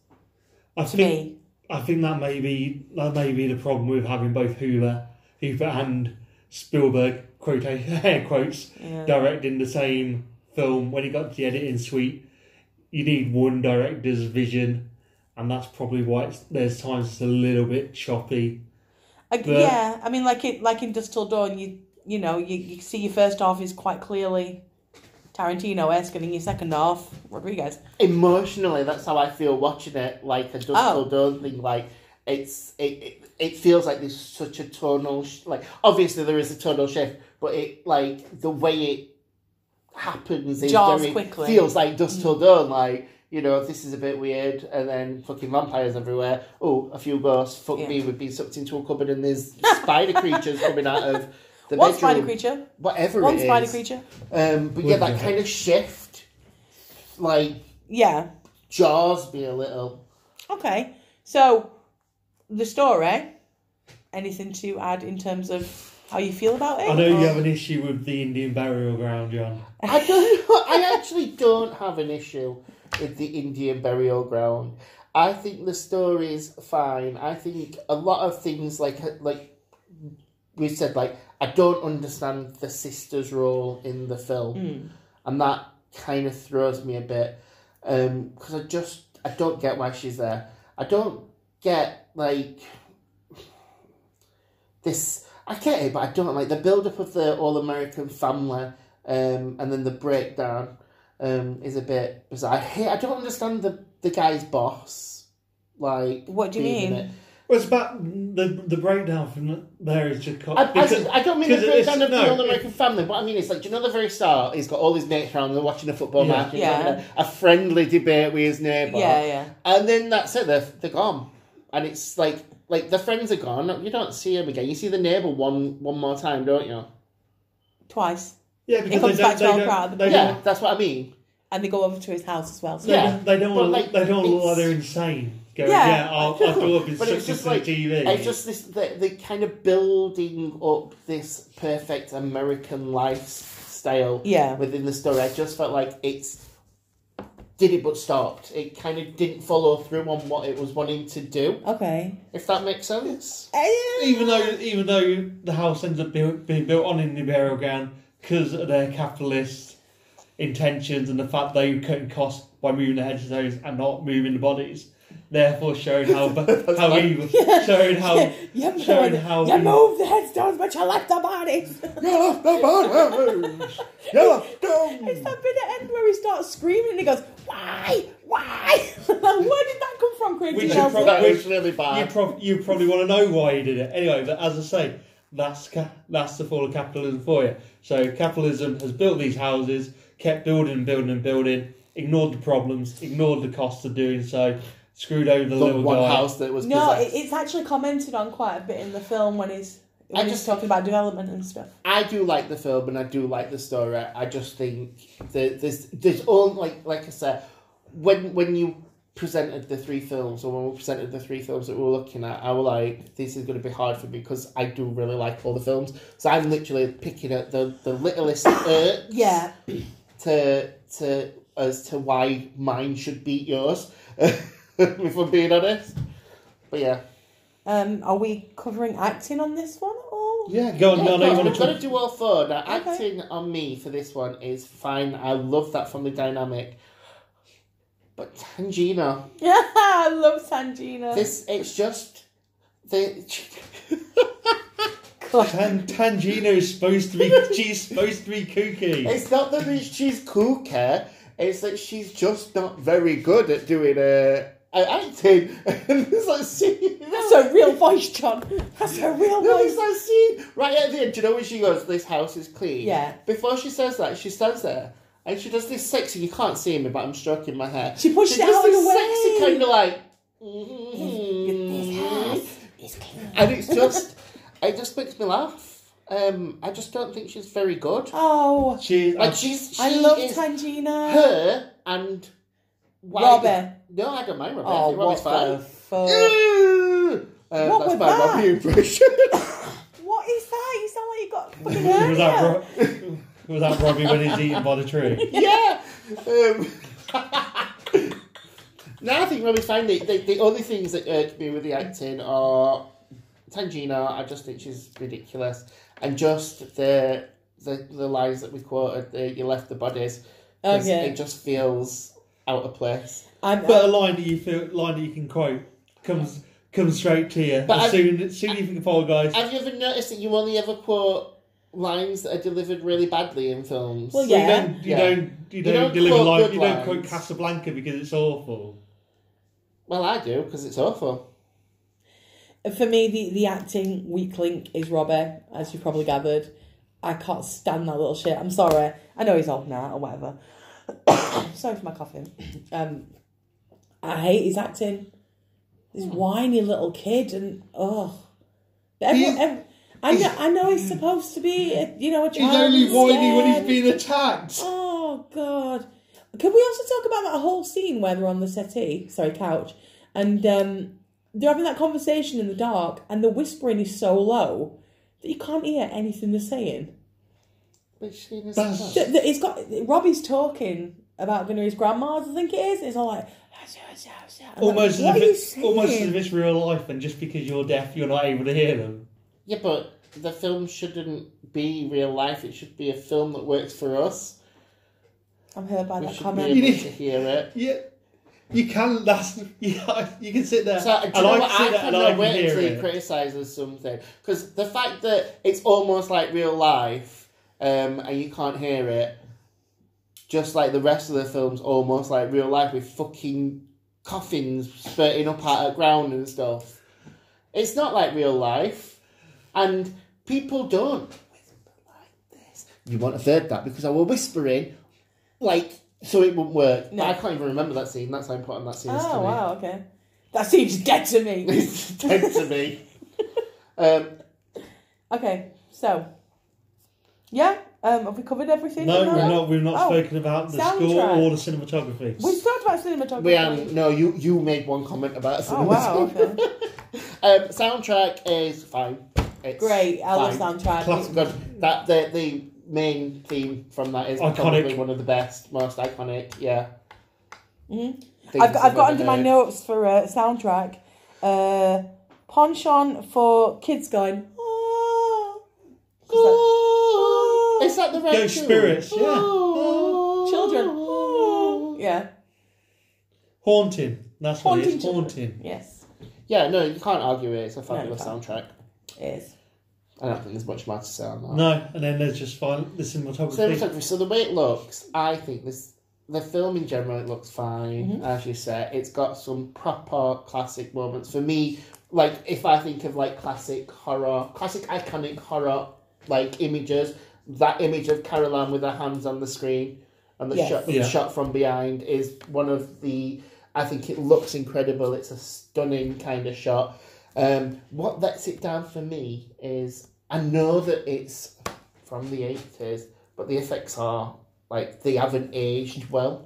I to think me. I think that may be that may be the problem with having both Hoover, Hoover and Spielberg quote air quotes Yeah. directing the same film. When it got to the editing suite, you need one director's vision, and that's probably why it's, there's times it's a little bit choppy. I, But- yeah, I mean, like it, like in Dust Till Dawn, you you know, you, you see your first half is quite clearly Tarantino esque, and then your second half Rodriguez. emotionally that's how i feel watching it like a dust Oh. till dawn thing like it's it, it it feels like there's such a tonal sh- like obviously there is a tonal shift but it like the way it happens is Jars very, quickly. Mm. feels like dust till dawn like you know this is a bit weird and then fucking vampires everywhere oh a few ghosts fuck Yeah. me we've been sucked into a cupboard and there's spider creatures coming out of the One bedroom spider creature, whatever one it spider is. creature. um but yeah Wouldn't that it? kind of shift like Yeah. Jaws me a little. Okay. So the story. Anything to add in terms of how you feel about it? I know you have an issue with the Indian burial ground, John. I don't. know- I actually don't have an issue with the Indian burial ground. I think the story's fine. I think a lot of things like like we said like I don't understand the sister's role in the film, Hmm. and that kind of throws me a bit because I just I don't get why she's there. I don't get like this. I get it, but I don't like the build up of the all American family, um, and then the breakdown um, is a bit bizarre. I hate. I don't understand the the guy's boss. Like, What do you being in mean? it. Well, it's about the the breakdown from there is just co- I, I, because- I don't mean the because it's- breakdown of no, the all American family. What I mean is, like, do you know the very start? He's got all his mates around. They're watching a football Yeah. match. He's Yeah. having a, a friendly debate with his neighbour. Yeah, yeah. And then that's it. They're, they're gone, and it's like like the friends are gone. You don't see him again. You see the neighbour one one more time, don't you? twice, Yeah, It because comes they don't. back to They our don't, crowd. they yeah, don't that's what I mean. and they go over to his house as well. So Yeah. yeah, they don't. But, All, like, they don't all it's- like they're insane. Going, Yeah. yeah, I'll, I'll go up and But suck it's into just the like TV. it's just this the, the kind of building up this perfect American lifestyle Yeah. within the story. I just felt like it's did it but stopped. It kind of didn't follow through on what it was wanting to do. okay. If that makes sense. even though even though the house ends up being, being built on in the burial ground because of their capitalist intentions and the fact they were cutting costs by moving the headstones and not moving the bodies, therefore showing how ba- how funny. evil, showing how You showing moved, how you evil- moved the headstones, but you left the bodies. It's that bit at end where he starts screaming and he goes, "Why? Why? Like, Where did that come from, Craig? We T. should Nelson?" probably- That was really you, bad. prob- you probably want to know why he did it anyway. But as I say, that's ca- that's the fall of capitalism for you. So capitalism has built these houses, kept building and building and building, ignored the problems, ignored the costs of doing so, screwed over the, The little one guy. house that was No, possessed. it, it's actually commented on quite a bit in the film when he's when I he's just- talking about development and stuff. I do like the film and I do like the story. I just think that there's there's all like like I said, when when you presented the three films or when we presented the three films that we were looking at, I was like, this is going to be hard for me because I do really like all the films. So I'm literally picking at the the littlest irks Yeah, to to as to why mine should beat yours. if I'm being honest, but yeah, Um, are we covering acting on this one at all? yeah, Go on, no, no, you I'm want to going talk? to do all four. Now, Okay. acting on me for this one is fine. I love that from the dynamic. But Tangina, Yeah, I love Sangina. this, it's just. The, God. Tan- Tangina is supposed to be she's supposed to be kooky. it's not that it's- she's kooky, it's that she's just not very good at doing uh, uh, acting. And it's like, see. That's her real voice, John. That's her real No, it's voice. that scene right at the end. Do you know when she goes, "This house is clean"? Yeah. Before she says that, she stands there and she does this sexy. You can't see me, but I'm stroking my hair. She pushed it does out of this the way. Mm-hmm. Sexy kind of like. This house is clean. And it's just, it just makes me laugh. Um, I just don't think she's very good. Oh, She, Like she's, she I love is Tangina. her and why- Robert. No, I don't mind Robert. Oh, Robert's what the fine. fuck? Ew! Uh, What that's was my that? Robbie impression. What is that? You sound like you got fucking hernia. was that Ro- was that Robbie when he's eaten by the tree? yeah. Um, no, I think Robbie's fine. The, the, the only things that irked me with the acting are Tangina. I just think she's ridiculous, and just the the, the lines that we quoted. The, you left the bodies. 'cause Okay. It just feels out of place. I'm, But a line that you feel line that you can quote comes comes straight to you But as I- soon as soon as you think of Fall Guys. Have you ever noticed that you only ever quote lines that are delivered really badly in films? Well, Well, yeah. You don't, you Yeah. don't, you don't, don't deliver quote like good you don't quote lines. Casablanca because it's awful. Well, I do because it's awful. for me, the, the acting weak link is Robert, as you probably gathered. I can't stand that little shit. I'm sorry. I know he's old now or whatever. sorry for my coughing. Um, I hate his acting. This Hmm. whiny little kid and oh, everyone. He's- ev- I know. I know he's supposed to be, a, you know, a Hmm. He's child. only and whiny when he's scared. being attacked. Oh God! Can we also talk about that whole scene where they're on the settee, sorry, couch, and um, they're having that conversation in the dark, and the whispering is so low that you can't hear anything they're saying. Which scene is that? That's- Th- th- It's got Robbie's talking about going to his grandma's, I think it is. and It's all like I'm like, Almost, what are as if you it's, almost as saying? if it's real life, and just because you're deaf, you're not able to hear them. Yeah, but the film shouldn't be real life. It should be a film that works for us. I'm hurt by We that should be comment. able to hear it. Yeah, you can. That's you, you can sit there, So, do and you know I what? can sit I there and cannot I can wait hear until he it. criticises something. Because the fact that it's almost like real life um, and you can't hear it, just like the rest of the film's almost like real life with fucking coffins spurting up out of the ground and stuff. It's not like real life. And people don't whisper like this. You won't have heard that because I were whispering like so it wouldn't work. No. I can't even remember that scene. That's how important that scene is to Oh me. wow, okay. That seems dead to me. It's dead to me. Um, okay, so yeah, um, have we covered everything? No, No? we've not. We've not Oh, spoken about the score soundtrack. or the cinematography. We've talked about cinematography. we are no, you you made one comment about Oh wow! Okay. Um, soundtrack is fine. It's Great, I love fine. soundtrack. That's good. That the the main theme from that is Iconic. probably one of the best, most iconic. Yeah. Mhm. Things I've got, I've got that under are my there. notes for uh, soundtrack. Uh, Ponchon for kids going. "Ah." Oh, Is that the right Go tune? Spirits, yeah. Oh. Children. "Ah." Yeah. Haunting. That's what it is. Haunting. Haunting. Yes. Yeah, no, you can't argue it. It's a fabulous you can't. soundtrack. It is. I don't think there's much more to say on that. No, and then there's just fine. The cinematography. So, photography- so the way it looks, I think this the film in general it looks fine, as you said. It's got some proper classic moments. For me, like if I think of like classic horror, classic iconic horror like images, that image of Caroline with her hands on the screen and the Yes. shot Yeah. shot from behind is one of the I think it looks incredible. It's a stunning kind of shot. Um, what lets it down for me is I know that it's from the eighties, but the effects are like they haven't aged well.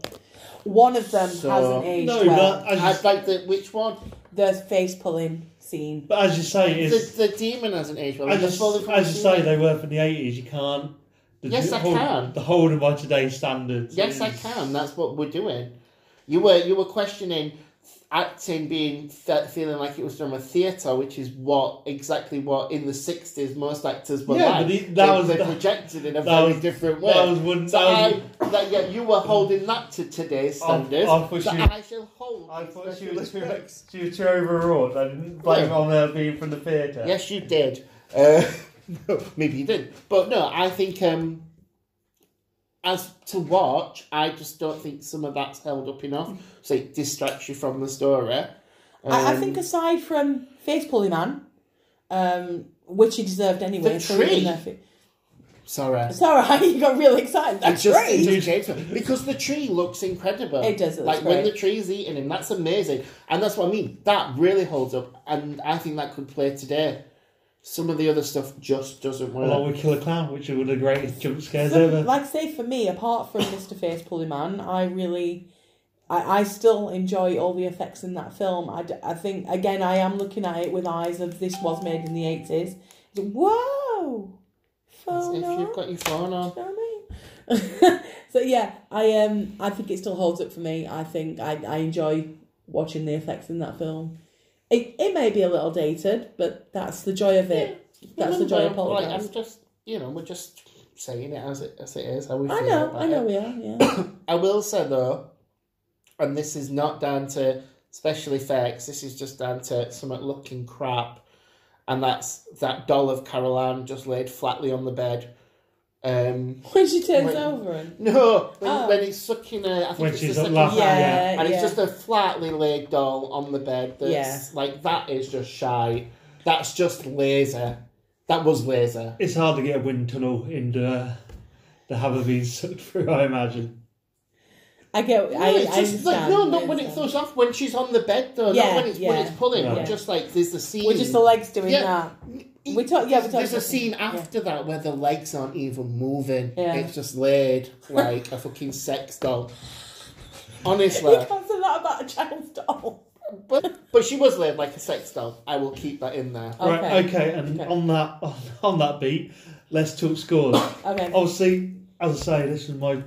One of them So- hasn't aged no, well. but, as I'd you, like the which one? The face pulling scene. but as you say, The, it's the demon hasn't aged well. as, The you, Fallen from the as you say, Ceiling. they were from the eighties. You can't. The, Yes, I hold, can. The holder by today's standards. Yes, I is- can. That's what we're doing. You were you were questioning acting being fe- feeling like it was from a theater, which is what exactly what in the sixties most actors were Yeah, like. but the- that they, was- they that- projected in a that very was- different way. That was one. So that was, I, that, yeah, you were holding that to today's I'll- standards. I'll push that you- I shall hold. I thought she special was too, effects. she was too overwrought. I didn't blame Yeah. on her being from the theatre. Yes, you did. Uh, no, maybe you did, but no. I think um, as to watch, I just don't think some of that's held up enough, so it distracts you from the story. I, I Um, think aside from face pulling man, um, which he deserved anyway. The so he tree. didn't have to- sorry. It's all right. You got really excited. It That's just great. it just gave to- because the tree looks incredible. It does, it looks like when great. the tree's eating him, that's amazing, and that's what I mean. That really holds up, and I think that could play today. Some of the other stuff just doesn't work. Along with Killer Clown, which are one of the greatest jump scares So, ever. like I say, for me, apart from Mr. Face Pulling Man, I really, I, I still enjoy all the effects in that film. I, d- I think, again, I am looking at it with eyes of this was made in the 80s. Whoa! Phone if you've on. got your phone on. You know what I mean? so yeah, I um I think it still holds up for me. I think I, I enjoy watching the effects in that film. It it may be a little dated, but that's the joy of it. That's the joy of Remember, like, Poltergeist. I'm just, you know, we're just saying it as it as it is. How we I feel know, about I know It. we are, yeah. I will say though, and this is not down to special effects. This is just down to something looking crap, and that's that doll of Caroline just laid flatly on the bed. Um, when she turns When- over and no, when, Oh. when it's sucking her, I think When it's she's the at second last, time. Yeah, yeah, and yeah. it's just a flatly laid doll on the bed. That's Yeah. like that is just shy. That's just laser. That was laser. It's hard to get a wind tunnel in the, the Haverbees sucked through, I imagine. I get. No, I, it's I just like understand, no, I not when it understand. throws off. When she's on the bed, though, Yeah, not when it's when yeah. it's pulling. Yeah. But just like there's the scene. We're just the legs doing Yeah. that. We talk. Yeah, we talk. there's a scene after that where the legs aren't even moving. Yeah. It's just laid like a fucking sex doll. You Honestly, can't say that about a child's doll. but but she was laid like a sex doll. I will keep that in there. Okay. Right, okay, and Okay. on that on, on that beat, let's talk scores. Okay. Obviously, as I say, this is my,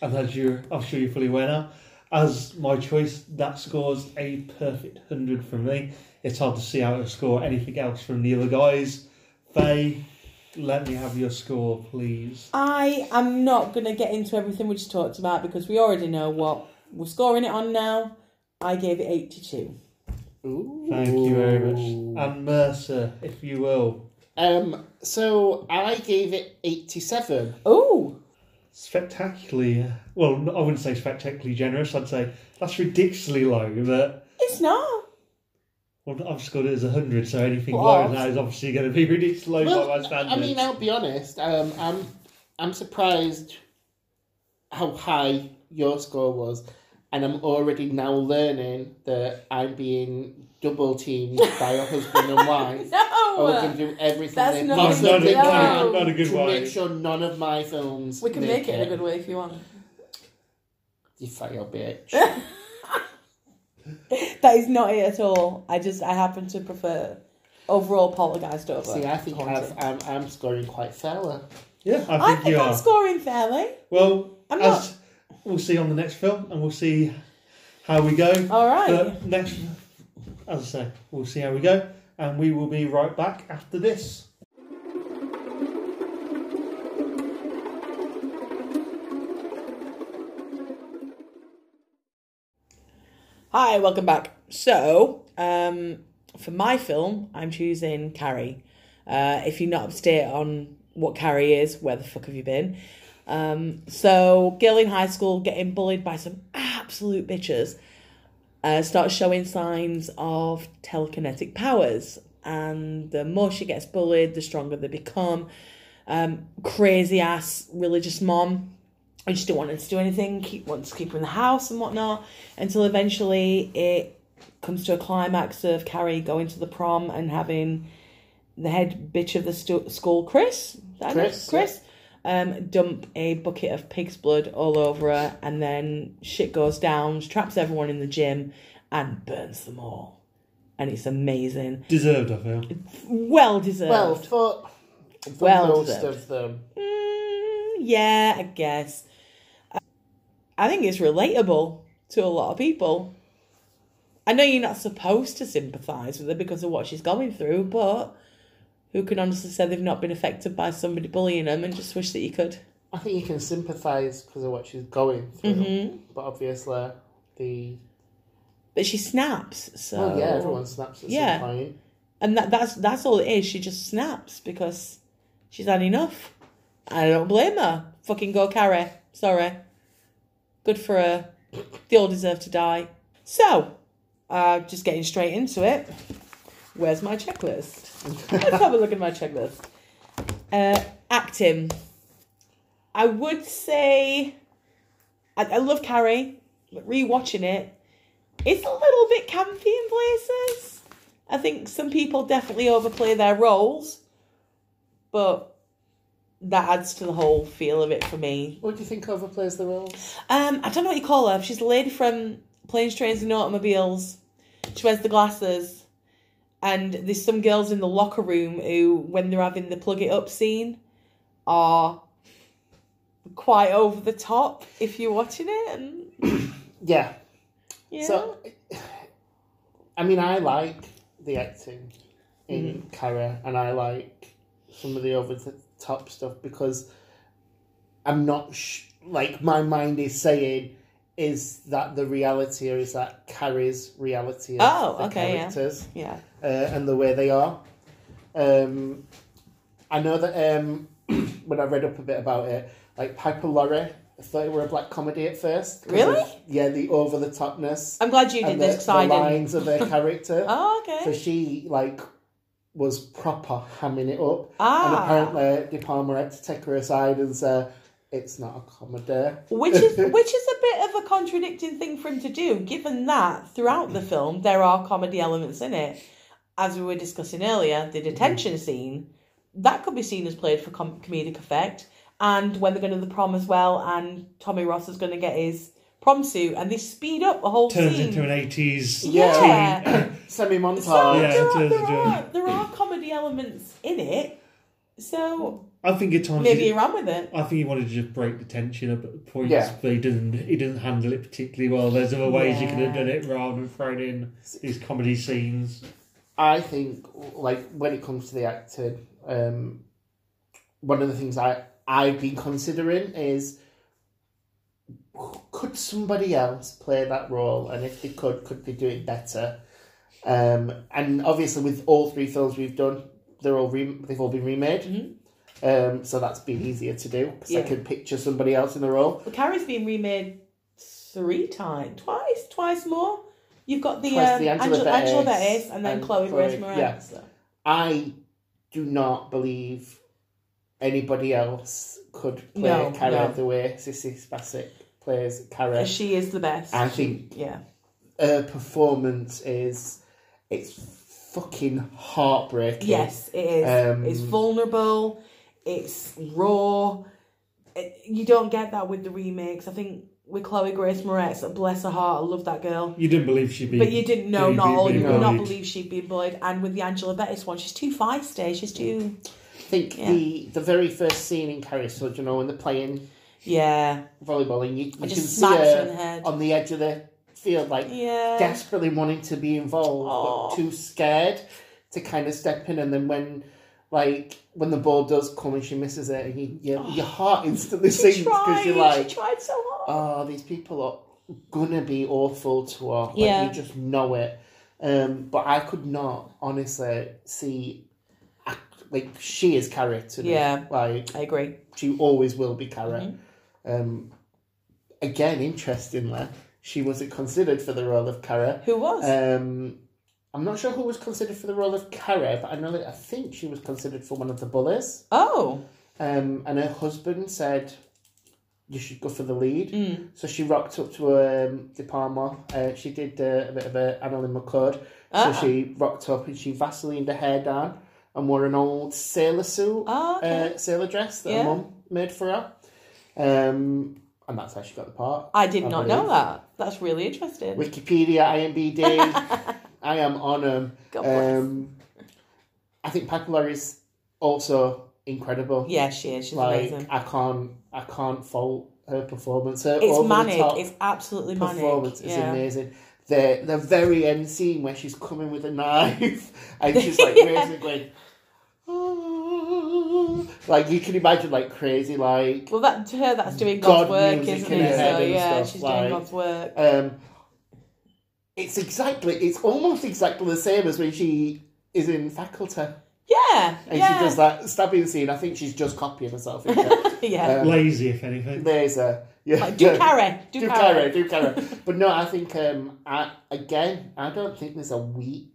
and as you, I'm sure you're fully aware now, as my choice, that scores a perfect 100 from me. It's hard to see how to score anything else from the other guys. Faye, let me have your score, please. I am not going to get into everything we just talked about because we already know what we're scoring it on now. I gave it 82. Ooh. Thank you very much. And Mercer, if you will. Um, so I gave it eighty-seven. Oh, Spectacularly, well, I wouldn't say spectacularly generous, I'd say that's ridiculously low, but it's not. well, I've scored it as 100, so anything Well, lower than that is obviously going to be ridiculously low by my Well, standards. I mean, I'll be honest. Um, I'm I'm surprised how high your score was. and I'm already now learning that I'm being double teamed by a husband and wife. I was going No! uh, to do everything That's they not That's possibly not No. a, not, can a, not a good to make way. sure none of my films. We can make it in a good way if you want. You fat your bitch. That is not it at all. I just I happen to prefer overall poltergeist over. See, I think Haunted. I've, I'm, I'm scoring quite fairly. Yeah, I I think think you I'm are. scoring fairly. Well, I'm as we'll see on the next film, and we'll see how we go. All right. But next, as I say, we'll see how we go, and we will be right back after this. Hi, welcome back. So, um, for my film, I'm choosing Carrie. Uh, if you're not up to date on what Carrie is, where the fuck have you been? Um, so, girl in high school getting bullied by some absolute bitches uh, starts showing signs of telekinetic powers. And the more she gets bullied, the stronger they become. Um, crazy ass religious mom I just didn't want her to do anything, keep wants to keep her in the house and whatnot, until eventually it comes to a climax of Carrie going to the prom and having the head bitch of the stu- school, Chris, Is that Chris, it? Chris, um, dump a bucket of pig's blood all over her, and then shit goes down. She traps everyone in the gym and burns them all, and it's amazing, Deserved, I feel. well deserved. Well, for, for Well most deserved. of them. Mm, yeah, I guess. I think it's relatable to a lot of people. I know you're not supposed to sympathise with her because of what she's going through, but who can honestly say they've not been affected by somebody bullying them and just wish that you could? I think you can sympathise because of what she's going through. Mm-hmm. But obviously, the. But she snaps, so Well, Oh, yeah, everyone snaps at Oh, Yeah. some point. and that, that's that's all it is. She just snaps because she's had enough. I don't blame her. Fucking go, Carrie. Sorry. Good for her. They all deserve to die. So, uh, just getting straight into it. Where's my checklist? Let's have a look at my checklist. Uh, acting. I would say I, I love Carrie, but rewatching it, it's a little bit campy in places. I think some people definitely overplay their roles, but that adds to the whole feel of it for me. What do you think overplays the role? Um, I don't know what you call her. She's the lady from Planes, Trains, and Automobiles. She wears the glasses, and there's some girls in the locker room who, when they're having the plug it up scene, are quite over the top if you're watching it. And Yeah. yeah, So, I mean, I like the acting Mm-hmm. in Kara, and I like some of the over the top stuff because I'm not sh- like my mind is saying, is that the reality or is that Carrie's reality? Of Oh, the okay, yeah. characters yeah, uh, and the way they are. Um, I know that um, when I read up a bit about it, like Piper Laurie. I thought it were a black comedy at first. 'cause of- Really? yeah, the over the topness I'm glad you did and the, this because the I didn't. lines of her character. Oh, okay. So she like was proper hamming it up, ah, and apparently De Palma had to take her aside and say, "It's not a comedy." which is which is a bit of a contradicting thing for him to do given that throughout the film there are comedy elements in it as we were discussing earlier the detention Mm-hmm. scene that could be seen as played for com- comedic effect and when they're going to the prom as well and tommy ross is going to get his prom suit and they speed up the whole Turns scene into an 80s. Yeah. teen- Semi so montage. Yeah, there, it are, does, there, it are, there are comedy elements in it so I think at times. maybe he- you're on with it I think he wanted to just break the tension up at the points, Yeah. but he doesn't. He doesn't handle it particularly well. There's other ways you could have Yeah. done it rather than throwing in these comedy scenes. I think like when it comes to the acting, um, one of the things I I've been considering is could somebody else play that role, and if they could, could they do it better? Um, and obviously, with all three films we've done, they're all re- they've all been remade. Mhm. Um, so that's been easier to do because I Yeah. could picture somebody else in the role. Well, Carrie's been remade three times, twice, twice more. You've got the, Twice um, the Angela, Angela Angela, Bettis Bettis and then and Chloe Chloe- Grace Moretz. yeah. So. I do not believe anybody else could play No, Carrie no. the way Sissy Spacek plays Kara, She is the best. and I think yeah. her performance is it's fucking heartbreaking. Yes, it is. Um, it's vulnerable. It's raw. It- you don't get that with the remakes. I think with Chloe Grace Moretz, bless her heart, I love that girl. You didn't believe she'd be. But you didn't know, be- not be- all, be you could not bullied. believe she'd been bullied. And with the Angela Bettis one, she's too feisty. She's too, I think Yeah. the the very first scene in Carrie Sudge, you know, when they're playing yeah, volleyball, and you, you I can just see smacks her in the her head. on the edge of the field, like Yeah, desperately wanting to be involved, Aw. but too scared to kind of step in. And then when, like, when the ball does come and she misses it, and you, you, your heart instantly sinks Oh, she because tried. you're like, she tried so hard. oh, these people are gonna be awful to her. Like, Yeah. You just know it. Um, but I could not honestly see, I- like, she is Carrot to me. Yeah. Like, I agree. she always will be Carrot. Mm-hmm. Um, again, interestingly, she wasn't considered for the role of Carrot. Who was? Um, I'm not sure who was considered for the role of Kara, but I know that I think she was considered for one of the bullies. oh, Um, and her husband said, "You should go for the lead." Mm. So she rocked up to um, De Palma. Uh, she did uh, a bit of a Annalyn McCord. Ah. So she rocked up and she vaselined her hair down and wore an old sailor suit, Ah, okay. uh, sailor dress that Yeah. her mum made for her. Um, and that's how she got the part. I did not know believe. that. That's really interesting. Wikipedia, IMBD. I am on them. God bless. Um, I think Pacolar is also incredible. yeah, she is. She's like amazing. I can't, I can't fault her performance. Her It's over manic. the top It's absolutely manic. performance is yeah. amazing. The the very end scene where she's coming with a knife and she's like raising it going. "Ah." Like you can imagine, like crazy, like Well, that to her, that's doing God God's work, music isn't in it? her head So and yeah, stuff, she's like- doing God's work. Um, it's exactly, it's almost exactly the same as when she is in faculty Yeah, and yeah, she does that stabbing scene. I think she's just copying herself. isn't it? yeah. Lazy, if anything. There's a yeah, like, do Uh, yeah. carry, do, do carry. carry, do carry. but no, I think um, I again, I don't think there's a week.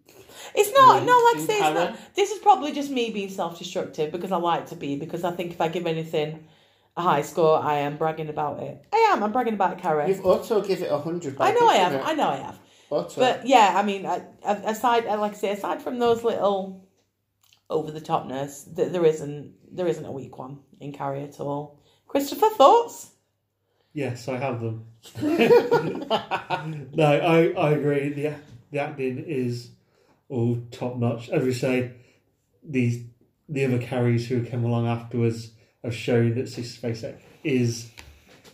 It's not, Mm, no, like I do say, it's not. carry. This is probably just me being self-destructive because I like to be. Because I think if I give anything a high score, I am bragging about it. I am. I'm bragging about carry. You've also give it a hundred. I know I am. I know I have. Auto. But yeah, I mean, I- I- aside, like I say, aside from those little over the topness, th- there isn't there isn't a weak one in Carrie at all. Christopher, thoughts? Yes, I have them. no, I, I agree. The act- the acting is all top notch. As we say, these the other carries who came along afterwards have shown that Sister SpaceX is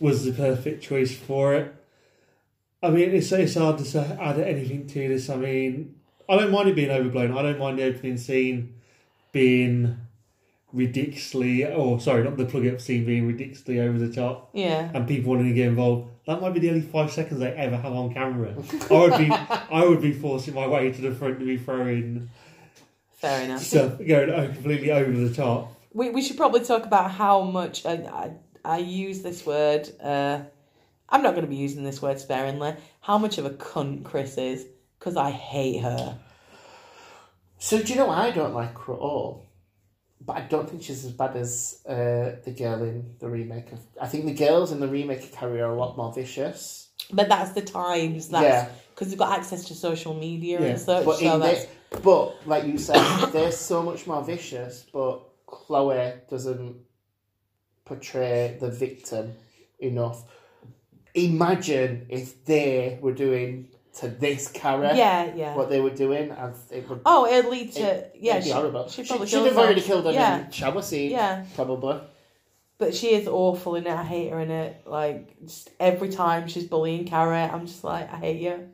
was the perfect choice for it. I mean, it's it's hard to say- add anything to this. I mean, I don't mind it being overblown. I don't mind the opening scene being ridiculously, or sorry, not the plug-up scene being ridiculously over the top Yeah, and people wanting to get involved. That might be the only five seconds I ever have on camera. I would be, I would be forcing my way to the front to be throwing fair enough. stuff, going oh, completely over the top. We we should probably talk about how much and I I use this word. Uh, I'm not going to be using this word sparingly. How much of a cunt Chris is because I hate her. so do you know? I don't like her at all. But I don't think she's as bad as uh, the girl in the remake of. I think the girls in the remake of Carrie are a lot more vicious. But that's the times. That's because they've got access to social media Yeah, and such. But so in that's this, but like you said, they're so much more vicious. But Chloe doesn't portray the victim enough. Imagine if they were doing to this Kara yeah, yeah. what they were doing, and it would. Oh, it'd lead to yeah. it'd be she, horrible. she She, probably should kills have already her. killed her Yeah. in shower scene. Yeah. probably. But she is awful in it. I hate her in it. Like just every time she's bullying Kara, I'm just like I hate you.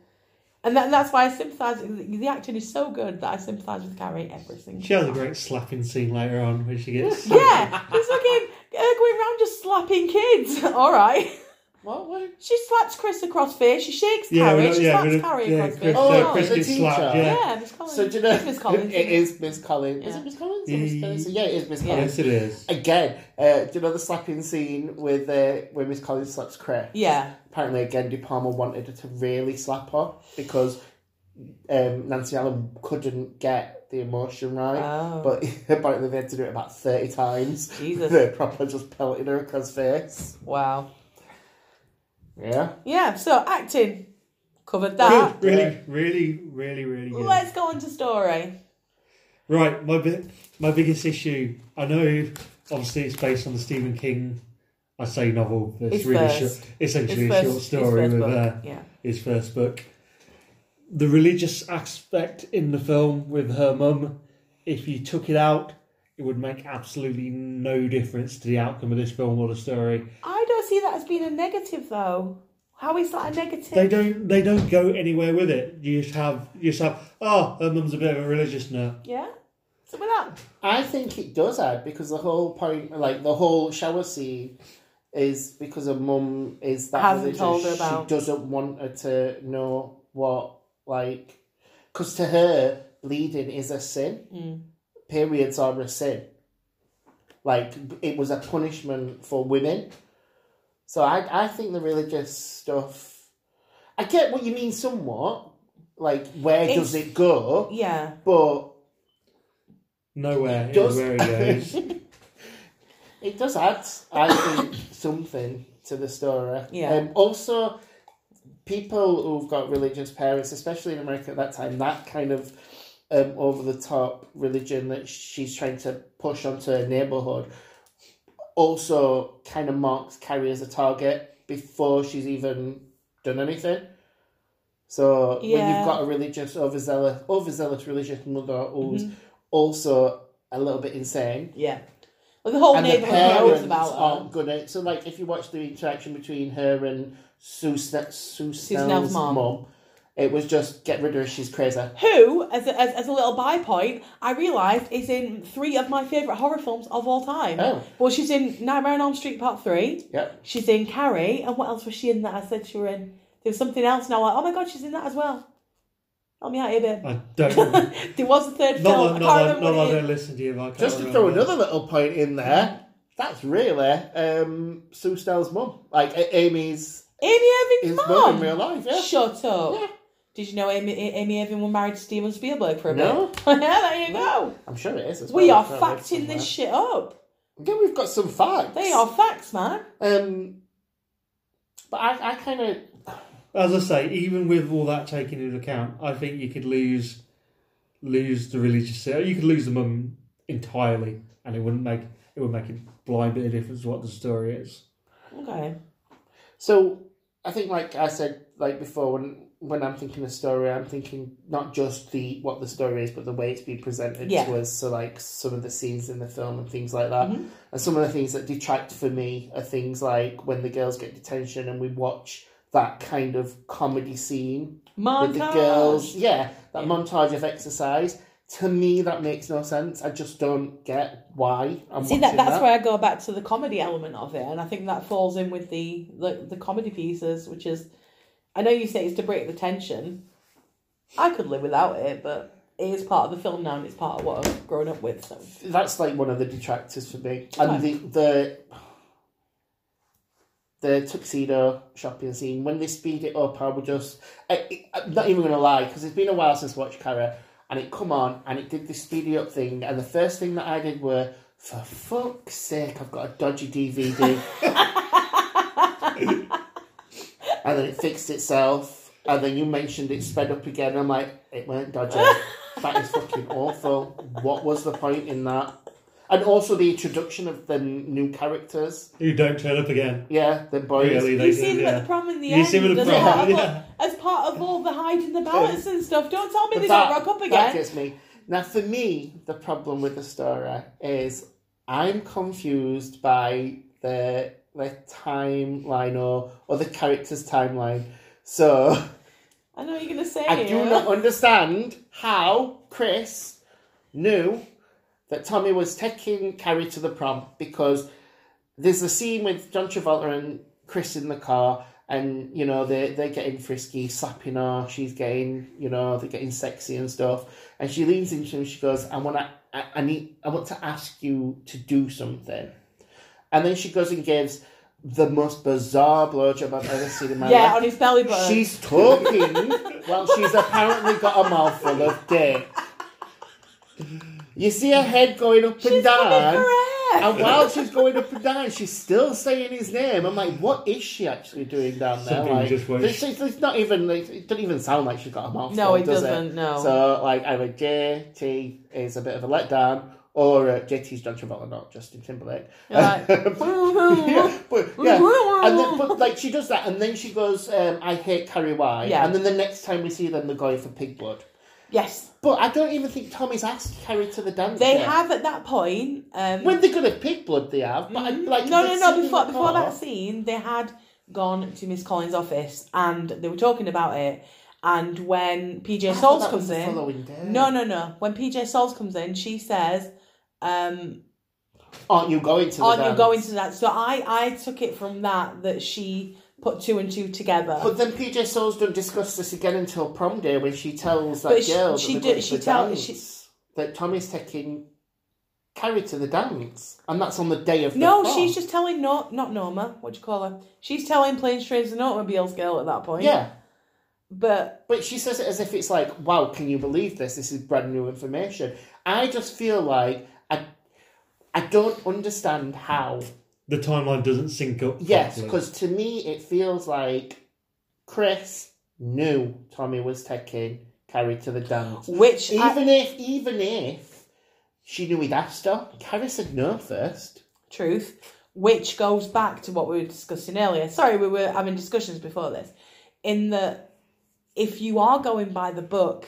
And that, that's why I sympathise. The acting is so good that I sympathise with Carrie every single She has a time. great slapping scene later on where she gets. Yeah, she's fucking uh, going around just slapping kids. All right, What? what? she slaps Chris across face. She shakes Yeah, Carrie. we- she yeah, slaps we- Carrie yeah, across Chris- face. Oh, Chris the gets teacher. slapped. Yeah. yeah, Miss Collins. So do you know? It's Miss Collins. It is Miss Collins. Is Yeah. it Miss Collins? Or Miss Yeah. Collins? Yeah, it is Miss Collins. Yes, it is. Again, uh, do you know the slapping scene with uh, where Miss Collins slaps Chris? Yeah, Apparently, again, De Palma wanted her to really slap her because um, Nancy Allen couldn't get the emotion right. Oh. But apparently, they had to do it about 30 times. Jesus. They proper just pelting her across face. wow. Yeah. Yeah, so acting covered that. Good, really, really, really, really good. Let's go on to story. Right, my bi- my biggest issue. I know, obviously, it's based on the Stephen King. I say novel. But it's, His really first- short. Essentially, His a short first- story his first with book, uh, yeah. his first book. The religious aspect in the film with her mum, if you took it out, it would make absolutely no difference to the outcome of this film or the story. I don't see that as being a negative though. How is that a negative? They don't they don't go anywhere with it. You just have you just have oh her mum's a bit of a religious nerd. Yeah. So with that, I think it does add because the whole point, like the whole shower scene, is because her mum is that religious, Hasn't told her about. She doesn't want her to know what like, because to her bleeding is a sin. Periods are a sin. Like it was a punishment for women. So I I think the religious stuff. I get what you mean somewhat. Like where does It's- it go? yeah. But Nowhere It does- is where he goes. It does add, I think, something to the story. Yeah. Um, also, people who've got religious parents, especially in America at that time, that kind of um, over the top religion that she's trying to push onto her neighborhood, also kind of marks Carrie as a target before she's even done anything. So when Yeah. you've got a religious overzealous, overzealous religious mother who's Mm-hmm. also a little bit insane, Yeah. Well, the whole and the neighbourhood knows parents about her. aren't gonna. So like, if you watch the interaction between her and Sue Sna- Sue Snell's Snell's mum. mum, it was just get rid of her. She's crazy. Who, as a, as, as a little by point, I realised is in three of my favourite horror films of all time. Oh. Well, she's in Nightmare on Elm Street Part 3. Yep. She's in Carrie. And what else was she in that I said she were in? There was something else now. Like, oh my god, she's in that as well. Help me out here, babe. I don't know. There was a third Not film. I that, can't not that, remember not what that I it is. don't listen to you, but I can't Just to throw remember. another little point in there, that's really um, Sue Snell's mum, like A- Amy's Amy his Irving's mum in mom. real life. Yeah. Shut up. Yeah. Did you know Amy, A- Amy Irving was married to Steven Spielberg for a No. bit? yeah, there you go. I'm sure it is. As We well. are I can't read facting this somewhere. shit up. yeah, we've got some facts. They are facts, man. Um, but I, I kind of As I say, even with all that taken into account, I think you could lose lose the religious. You could lose the mum entirely, and it wouldn't make it would make a blind bit of difference what the story is. Okay. So I think, like I said, like before, when when I'm thinking a story, I'm thinking not just the what the story is, but the way it's been presented Yeah. to us. So like some of the scenes in the film and things like that, Mm-hmm. and some of the things that detract for me are things like when the girls get detention and we watch that kind of comedy scene with the Montage. girls, yeah, that montage of exercise. To me, that makes no sense. I just don't get why. I'm See that watching that's that. where I go back to the comedy element of it, and I think that falls in with the the, the comedy pieces, which is I know you say it's to break the tension. I could live without it, but it is part of the film now, and it's part of what I've grown up with. So that's like one of the detractors for me. And the Okay. the the tuxedo shopping scene when they speed it up, I will just. I, I, am not even gonna lie because it's been a while since I watched Cara, and it come on and it did the speedy up thing, and the first thing that I did were. For fuck's sake, I've got a dodgy DVD. and then it fixed itself. And then you mentioned it sped up again. I'm like, it weren't dodgy. that is fucking awful. What was the point in that? And also the introduction of the new characters. You don't turn up again. Yeah, the boys. Really, they you do. see them Oh, yeah. at the prom in the You end. see them at the as, prom, part of, yeah. as part of all the hiding the balance and stuff. Don't tell me But they that, don't rock up that again. gets me. Now, for me, the problem with the story is I'm confused by the the timeline or, or the character's timeline. So I know what you're gonna say. I do not understand how Chris knew that Tommy was taking Carrie to the prom because there's a scene with John Travolta and Chris in the car, and you know they they're getting frisky, slapping her. She's getting you know they're getting sexy and stuff, and she leans into him. She goes, "I want to, I, I need, I want to ask you to do something," and then she goes and gives. The most bizarre blowjob I've ever seen in my life. Yeah, on his belly button. She's talking while she's apparently got a mouthful of dick. You see her head going up and She's coming for down. her Yeah. And while she's going up and down, she's still saying his name. I'm like, what is she actually doing down there? Something Like, just where it's, she- it's- it's not even. Like, it doesn't even sound like she's got a mouthful. No, it does doesn't, no. So, like, either JT is a bit of a letdown, or uh, JT's John Travolta, not Justin Timberlake. Right. yeah, but yeah, and then, but like she does that, and then she goes, um, "I hate Carrie White," Yeah. and then the next time we see them, they're going for pig blood. yes. But I don't even think Tommy's asked Carrie to the dance. They yet. have at that point. Um, When they're good at pig blood, they have. But I, like Mm. no, no, they're no. sitting Before in the before car. that scene, they had gone to Miss Collins' office and they were talking about it. And when I PJ thought Souls that was comes the in, following day. no, no, no. When PJ Souls comes in, she says, um, aren't you going to? The "Aren't you dance? going to that?" So I, I took it from that that she put two and two together. But then PJ Souls don't discuss this again until prom day when she tells that But she- girl that she they're did- going to she the tell- dance, she- that Tommy's taking Carrie to the dance, and that's on the day of the no, prom. she's just telling no, not Norma. What do you call her? She's telling Planes, Trains, and Automobiles girl at that point. yeah. but But she says it as if it's like, wow, can you believe this? This is brand new information. I just feel like I, I don't understand how. The timeline doesn't sync up. Yes, properly. because to me it feels like Chris knew Tommy was taking Carrie to the dance. which I- Even if, even if she knew he'd asked her, Carrie said no first. truth, which goes back to what we were discussing earlier. Sorry, we were having discussions before this. In that, if you are going by the book,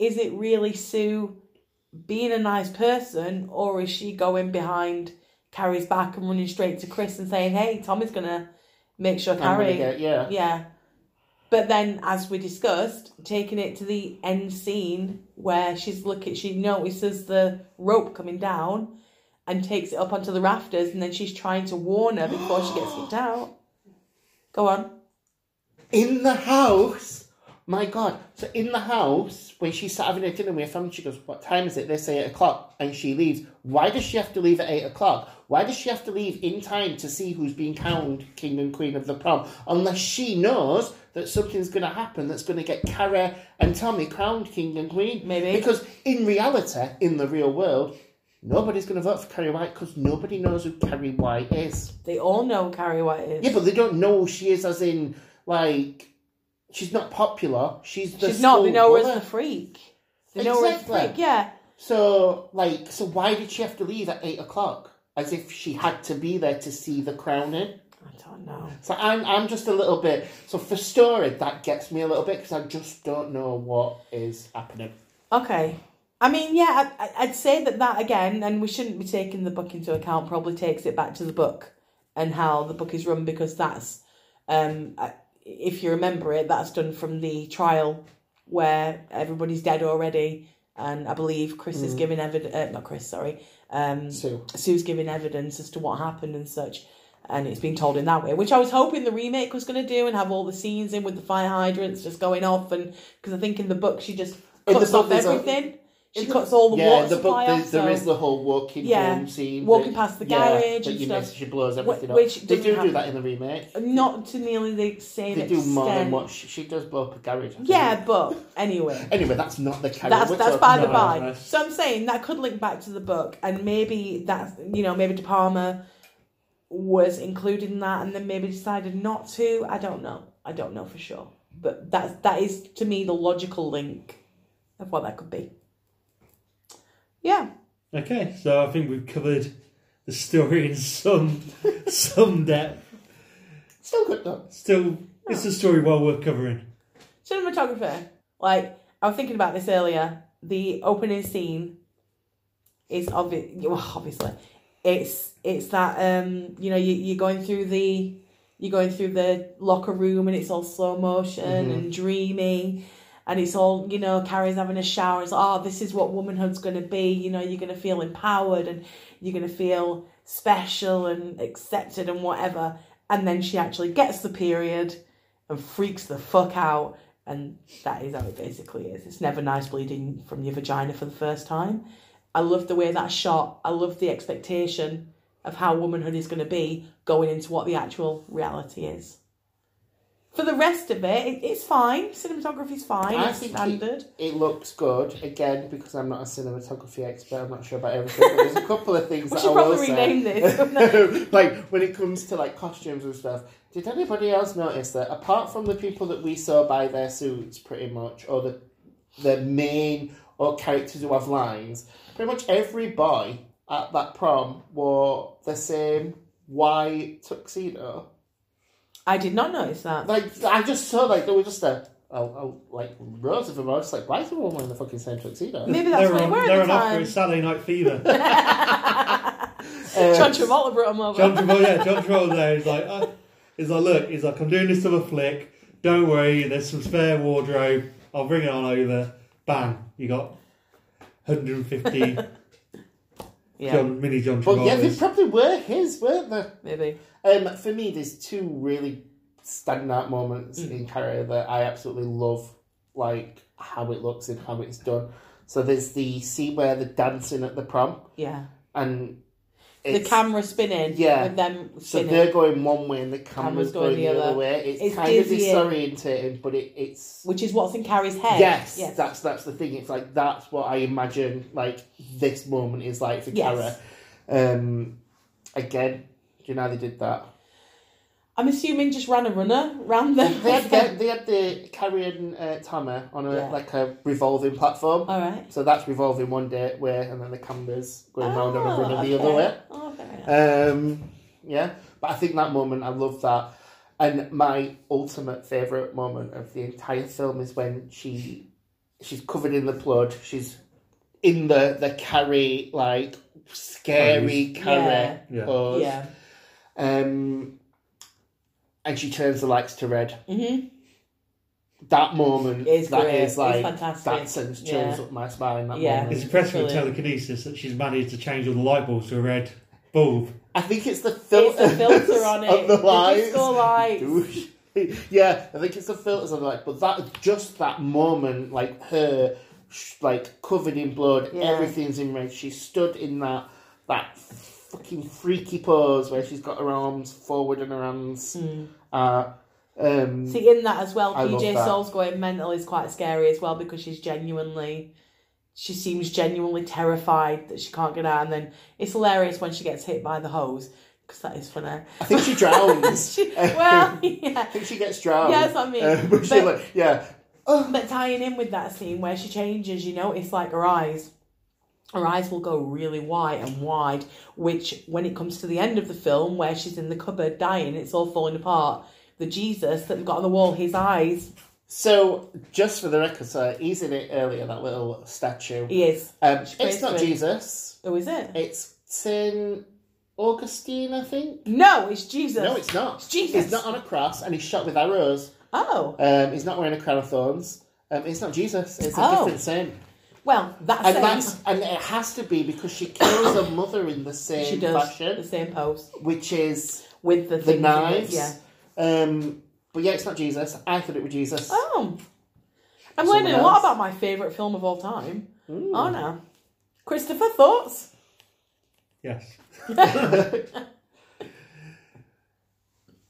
is it really Sue being a nice person, or is she going behind Carrie's back and running straight to Chris and saying, "Hey, Tom is gonna make sure I'm gonna Carrie." get- yeah. Yeah. But then, as we discussed, taking it to the end scene where she's looking, she notices the rope coming down and takes it up onto the rafters, and then she's trying to warn her before she gets kicked out. Go on. In the house. My God. So in the house, when she sat having her dinner with her family, she goes, What time is it? They say eight o'clock and she leaves. Why does she have to leave at eight o'clock? Why does she have to leave in time to see who's being crowned king and queen of the prom? Unless she knows that something's gonna happen that's gonna get Cara and Tommy crowned king and queen. Maybe. Because in reality, in the real world, nobody's gonna vote for Carrie White because nobody knows who Carrie White is. They all know Carrie White is. Yeah, but they don't know who she is, as in, like, she's not popular. She's the she's not, school they know her as bully. the freak. They know her as the Exactly. freak, yeah. So, like, so why did she have to leave at eight o'clock? As if she had to be there to see the crowning. I don't know. So I'm, I'm just a little bit. So for story, that gets me a little bit because I just don't know what is happening. Okay. I mean, yeah, I, I- I'd say that that again, and we shouldn't be taking the book into account, probably takes it back to the book and how the book is run because that's, um, I- if you remember it, that's done from the trial where everybody's dead already. And I believe Chris is giving evidence, uh, not Chris, sorry, um, So Sue's giving evidence as to what happened and such, and it's been told in that way, which I was hoping the remake was going to do and have all the scenes in with the fire hydrants just going off, and because I think in the book she just In the cuts book off there's a- everything, she in the- cuts all the yeah, water the book supply there, off. so, there is the whole walking Yeah, home scene, walking past the garage that and you stuff. miss, she blows everything up. which they doesn't do do happen. that in the remake. not to nearly the same They do extent. more than what she, she does blow up a garage. I think. yeah, but anyway. Anyway, that's not the character. That's that's by the about by. that. So I'm saying that could link back to the book, and maybe that's you know maybe De Palma was included in that, and then maybe decided not to. I don't know. I don't know for sure, but that's that is to me the logical link of what that could be. Yeah, Okay, so I think we've covered the story in some some depth. Still good though. Still, it's a story well worth covering. cinematographer. Like I was thinking about this earlier. The opening scene is obvi- well, obviously it's it's that um you know you you're going through the you're going through the locker room and it's all slow motion and dreamy and it's all you know Carrie's having a shower it's oh this is what womanhood's going to be you know you're going to feel empowered and you're going to feel special and accepted and whatever and then she actually gets the period and freaks the fuck out and that is how it basically is it's never nice bleeding from your vagina for the first time I love the way that's shot. I love the expectation of how womanhood is going to be going into what the actual reality is. For the rest of it, it it's fine. Cinematography's fine. I it's think standard. It looks good again because I'm not a cinematography expert. I'm not sure about everything. But there's a couple of things We that should I will probably say. rename this. wouldn't it? like when it comes to like costumes and stuff, did anybody else notice that apart from the people that we saw buy their suits, pretty much, or the the main or characters who have lines, pretty much every boy at that prom wore the same white tuxedo. I did not notice that. Like I just saw like there were just a, a, a like rows of them. I was just like, why is everyone wearing the fucking same tuxedo? Maybe that's they're what they on, were at they're on the offer time. at Saturday Night Fever. Uh, John Travolta brought him over. John Travolta, yeah, John Travolta there is like, uh, is like, look, he's like, I'm doing this other flick. Don't worry, there's some spare wardrobe. I'll bring it on over. Bang, you got 150 yeah, John, mini John but yeah, they Travolta's. probably were his, weren't they? maybe. Um, for me, there's two really standout moments in Carrier that I absolutely love, like how it looks and how it's done. So there's the scene where they're dancing at the prom, Yeah. and The camera spinning. Yeah. With them so spinning. they're going one way and the camera's, going, the other, way. It's, It's kind dizzying. of disorientating, but it, it's which is what's in Carrie's head. yes, Yes. that's that's the thing. It's like that's what I imagine like this moment is like for Yes. Carrier. Um, again, do you know how they did that? I'm assuming just ran a runner, ran they, them. they had the, they had the Carrie and uh, Tama on a Yeah. like a revolving platform. All right. so that's revolving one day way, and then the camera's going round on a Oh, runner the okay. other way. Oh, fair enough. Um, yeah, but I think that moment, I love that. And my ultimate favourite moment of the entire film is when she she's covered in the blood. She's in the the Carrie like scary Carrie Yeah. pose. yeah. Um, and she turns the lights to red Mm-hmm. that moment It's that great. is like it's fantastic. that sends chills Yeah. up my spine that Yeah. moment. It's impressive with Brilliant. telekinesis that she's managed to change all the light bulbs to a red bulb. I think it's the It's filter the filter on it. of the lights. disco lights. Douche. yeah, I think it's the filters on the light, but that just that moment, like her, sh- like covered in blood, Yeah. everything's in red. She stood in that that fucking freaky pose where she's got her arms forward and her hands are. Um, Hmm. See, in that as well, I love PJ that. Souls going mental is quite scary as well because she's genuinely, she seems genuinely terrified that she can't get out. And then it's hilarious when she gets hit by the hose because that is funny. I think she drowns. She, well, yeah. I think she gets drowned. Yeah, that's what I mean. Uh, but she, But- like, yeah, But tying in with that scene where she changes, you notice like her eyes. Her eyes will go really wide and wide, which when it comes to the end of the film where she's in the cupboard dying, it's all falling apart. The Jesus that they've got on the wall, his eyes, So, just for the record, sir, he's in it earlier, that little statue. he is. Um, She it's prays not to him. Jesus. Who is it? It's St. Augustine, I think. No, it's Jesus. No, it's not. Jesus. He's not on a cross and he's shot with arrows. Oh, Um, he's not wearing a crown of thorns. Um, it's not Jesus. It's a Oh. different saint. well, that's, And it. that's and it has to be because she kills her mother in the same she does the fashion, same pose which is with the, the things in it, knives. Yeah. Um, but yeah, it's not Jesus. I thought it was Jesus. Oh, I'm Someone learning a lot else? about my favorite film of all time. Oh no, Christopher, thoughts? Yes. I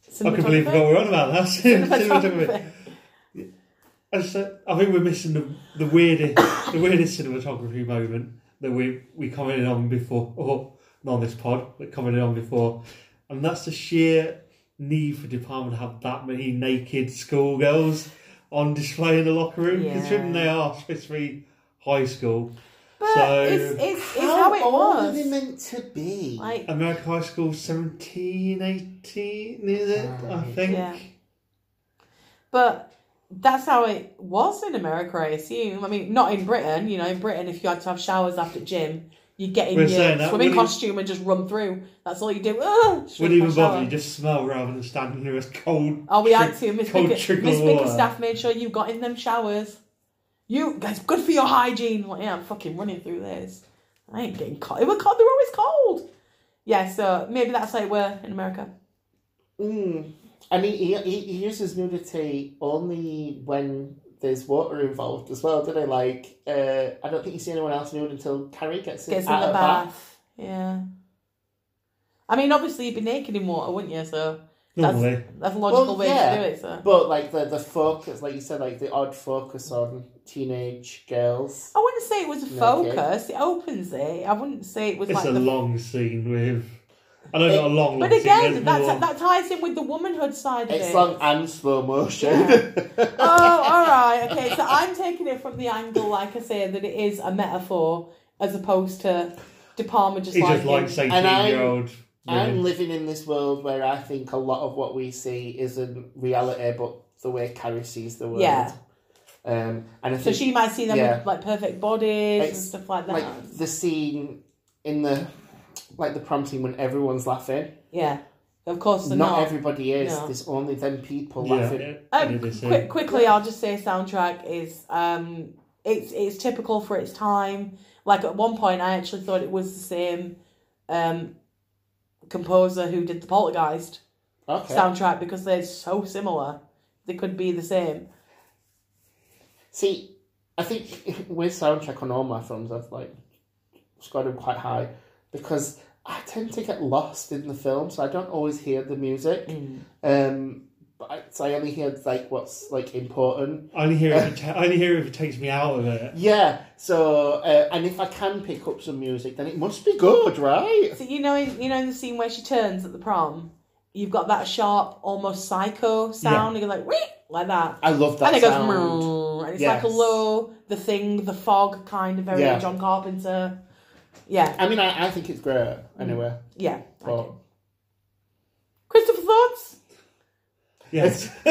Cinematographer? completely forgot we were on about that. Cinematography. Cinematographer. I said- I think we're missing the, the weirdest the weirdest cinematography moment that we we commented on before, or not on this pod, but commented on before, and that's the sheer need for department to have that many naked schoolgirls on display in the locker room, Yeah. considering they are supposed to be high school. But so it's, it's, it's how, it old was. are they meant to be? Like, American High School 17, 18, is it? I think. Yeah. but that's how it was in America, I assume. I mean, not in Britain. You know, in Britain, if you had to have showers after gym, you get in We're your saying that, swimming wouldn't- costume and just run through. That's all you do. Ugh, straight Wouldn't for a even bother, shower. you just smell rather than standing there as cold. Oh, we had trick- to. Miss cold Bick- trickle Miss of water. Bickerstaff made sure you got in them showers. You guys, good for your hygiene. Like, yeah, I'm fucking running through this. I ain't getting cold. It was cold. They were always cold. Yeah, so maybe that's how it were in America. Mm. And he, he, he he uses nudity only when there's water involved as well, doesn't he? Like, uh, I don't think you see anyone else nude until Carrie gets, Gets in out the of bath. Yeah. I mean, obviously you'd be naked in water, wouldn't you? So Normally, That's a logical Well, way yeah, to do it. So. But like the the focus, like you said, like the odd focus on teenage girls. I wouldn't say it was a No, okay. focus. It opens it. I wouldn't say it was it's like a the long scene with. I know not a long, long But scene. again, there's that's, more- that ties in with the womanhood side of It's it. long and slow motion. oh, all right, okay. So I'm taking it from the angle, like I say, that it is a metaphor as opposed to De Palma just he like just likes And I'm- eighteen-year-old. I'm living in this world where I think a lot of what we see isn't reality, but the way Carrie sees the world. Yeah. Um, and I So think she might see them Yeah. with like perfect bodies and It's stuff like that. like the scene in the like the prom scene when everyone's laughing. yeah, of course they're not, not. everybody is. No. There's only them people Yeah, laughing. yeah. Um, yeah, they say. Mm. quick, quickly, I'll just say soundtrack is um, it's it's typical for its time. Like at one point, I actually thought it was the same um, composer who did the Poltergeist. Okay. soundtrack because they're so similar. They could be the same. See, I think with soundtrack on all my films, I've like scored them quite high because I tend to get lost in the film, so I don't always hear the music. Mm. Um, but I, so I only hear like what's like important. I only hear it. If it ta- I only hear it if it takes me out of it. Yeah. So uh, and if I can pick up some music, then it must be good, right? So you know, in, you know, in the scene where she turns at the prom, you've got that sharp, almost psycho sound. And you're like, "Wee!" like that, I love that and it sound. goes, "Mrrr," and it's like a Yes. low, the thing, the fog kind of very Yeah. John Carpenter. Yeah, I mean, I, I think it's great Mm. anyway. yeah. But Christopher thoughts? Yes.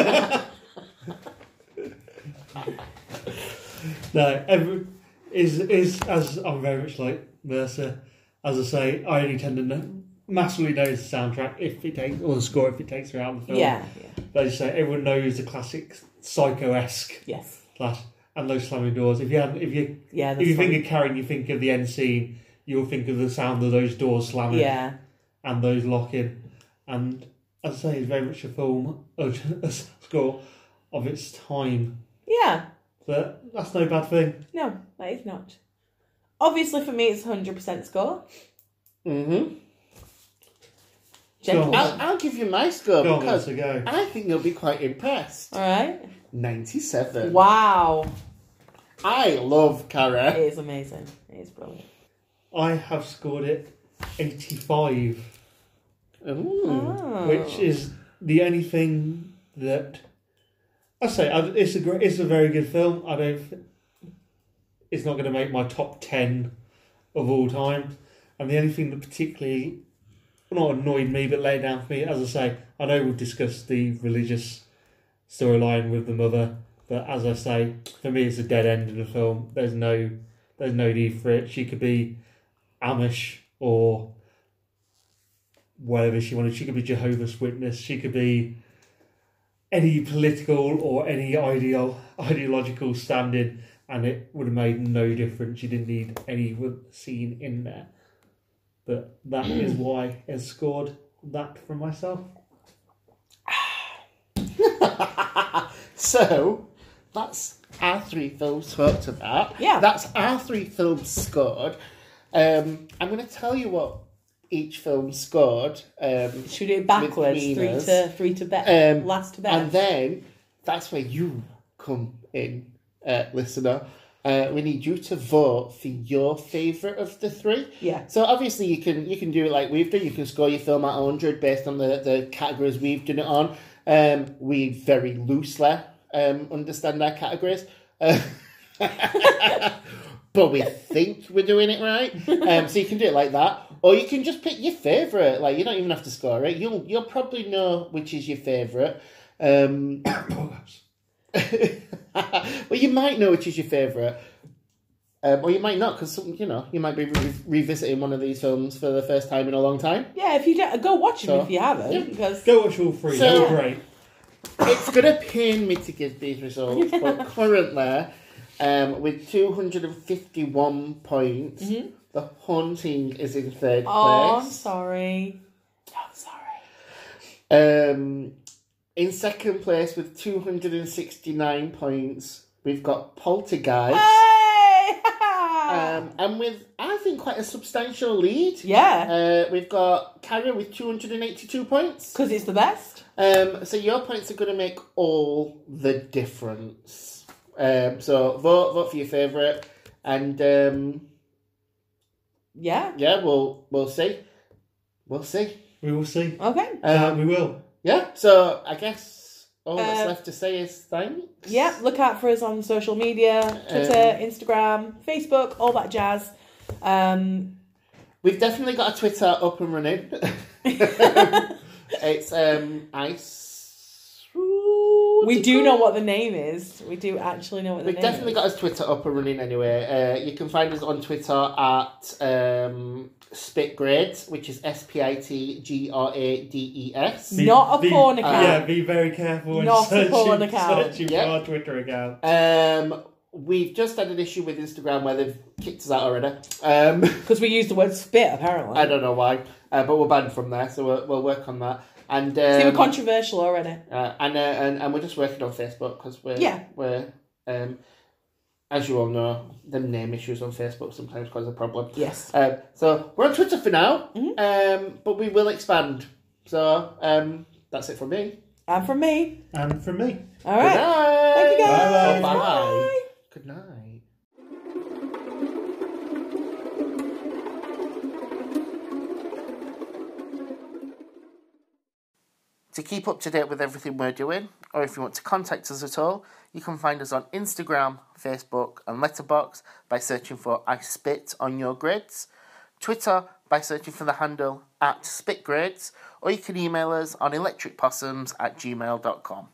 no, every, is is as I'm very much like Mercer. As I say, I only tend to know, massively knows the soundtrack if it takes or the score if it takes me out Oh, of the film. Yeah, yeah. But as you say, everyone knows the classic psycho esque yes, slash and those slamming doors. If you have, if you yeah. if That's you right. think of Karen, you think of the end scene. You'll think of the sound of those doors slamming yeah, and those locking. And as I say, it's very much a film, a, a score of its time. yeah. But that's no bad thing. No, that is not. Obviously, for me, it's hundred percent score. hmm Gentlemen. I'll, I'll give you my score Go on, because let's go. I think you'll be quite impressed. All right. Ninety-seven. Wow. I love Kara. It is amazing. It is brilliant. I have scored it 85, Oh. Ooh. which is the only thing that I say I- it's a great, it's a very good film. I don't. th- It's not going to make my top ten of all time, and the only thing that particularly well, not annoyed me, but laid down for me, as I say, I know we've discussed the religious storyline with the mother, but as I say, for me, it's a dead end in the film. There's no, there's no need for it. She could be Amish or whatever she wanted. She could be Jehovah's Witness. She could be any political or any ideal ideological standing, and it would have made no difference. She didn't need any scene in there. But that is Hmm. why it scored that for myself. So, that's our three films talked about. Yeah. That's our three films scored. Um, I'm going to tell you what each film scored. Um, Should we do it backwards? With Three Minas. to three to bet. Um, Last to bet. and then that's where you come in, uh, listener. Uh, we need you to vote for your favourite of the three. Yeah. So obviously you can you can do it like we've done. You can score your film at hundred based on the, the categories we've done it on. Um, we very loosely um, understand our categories, Uh, but we think we're doing it right. Um, so you can do it like that, or you can just pick your favorite. Like you don't even have to score it. You'll you'll probably know which is your favorite. Um, well, you might know which is your favourite, um, or you might not because you know you might be re- revisiting one of these films for the first time in a long time. yeah, if you don't, go watch them So- if you haven't, because Go watch all three. So- they were great. It's gonna pain me to give these results, but currently, um, with two hundred and fifty-one points, the haunting is in third Mm-hmm. oh, I'm place. sorry. I'm sorry. Um, in second place with two hundred and sixty-nine points, we've got Poltergeist. Hey! Um, and with, I think, quite a substantial lead. Ah. Yeah, Uh, we've got Karen with 282 points. because it's the best. Um, so your points are going to make all the difference. Um, so vote vote for your favourite, and um, Yeah. yeah, we'll we'll see, we'll see. We will see. Okay. Uh, Um, we will. yeah. So I guess all that's Uh, left to say is thanks. Yeah, look out for us on social media Twitter, Um, Instagram, Facebook, all that jazz. Um, We've definitely got a Twitter up and running. it's um ice. we do know what the name is. We do actually know what the We've name definitely is. got his Twitter up and running anyway. Uh, you can find us on Twitter at um, Spitgrades, which is S P I T G R A D E S. Be- Not a porn account. Yeah, be very careful when Not a searching, porn account. searching Yeah. for our Twitter account. Um, we've just had an issue with Instagram where they've kicked us out already. Um, Because we used the word spit, apparently. I don't know why, uh, but we're banned from there, so we'll, we'll work on that. And um, See, we're controversial already. uh, and, uh, and and we're just working on Facebook because we're Yeah. we're um, as you all know, the name issues on Facebook sometimes cause a problem. Yes. Mm-hmm. Um, so we're on Twitter for now, um, but we will expand. So um, that's it from me. And from me. And from me. All right. Good night. Thank you guys. Bye. Bye. Bye. Good night. To keep up to date with everything we're doing, or if you want to contact us at all, you can find us on Instagram, Facebook, and Letterbox by searching for I Spit on Your Grids, Twitter by searching for the handle at SpitGrids, or you can email us on electricpossums at gmail.com.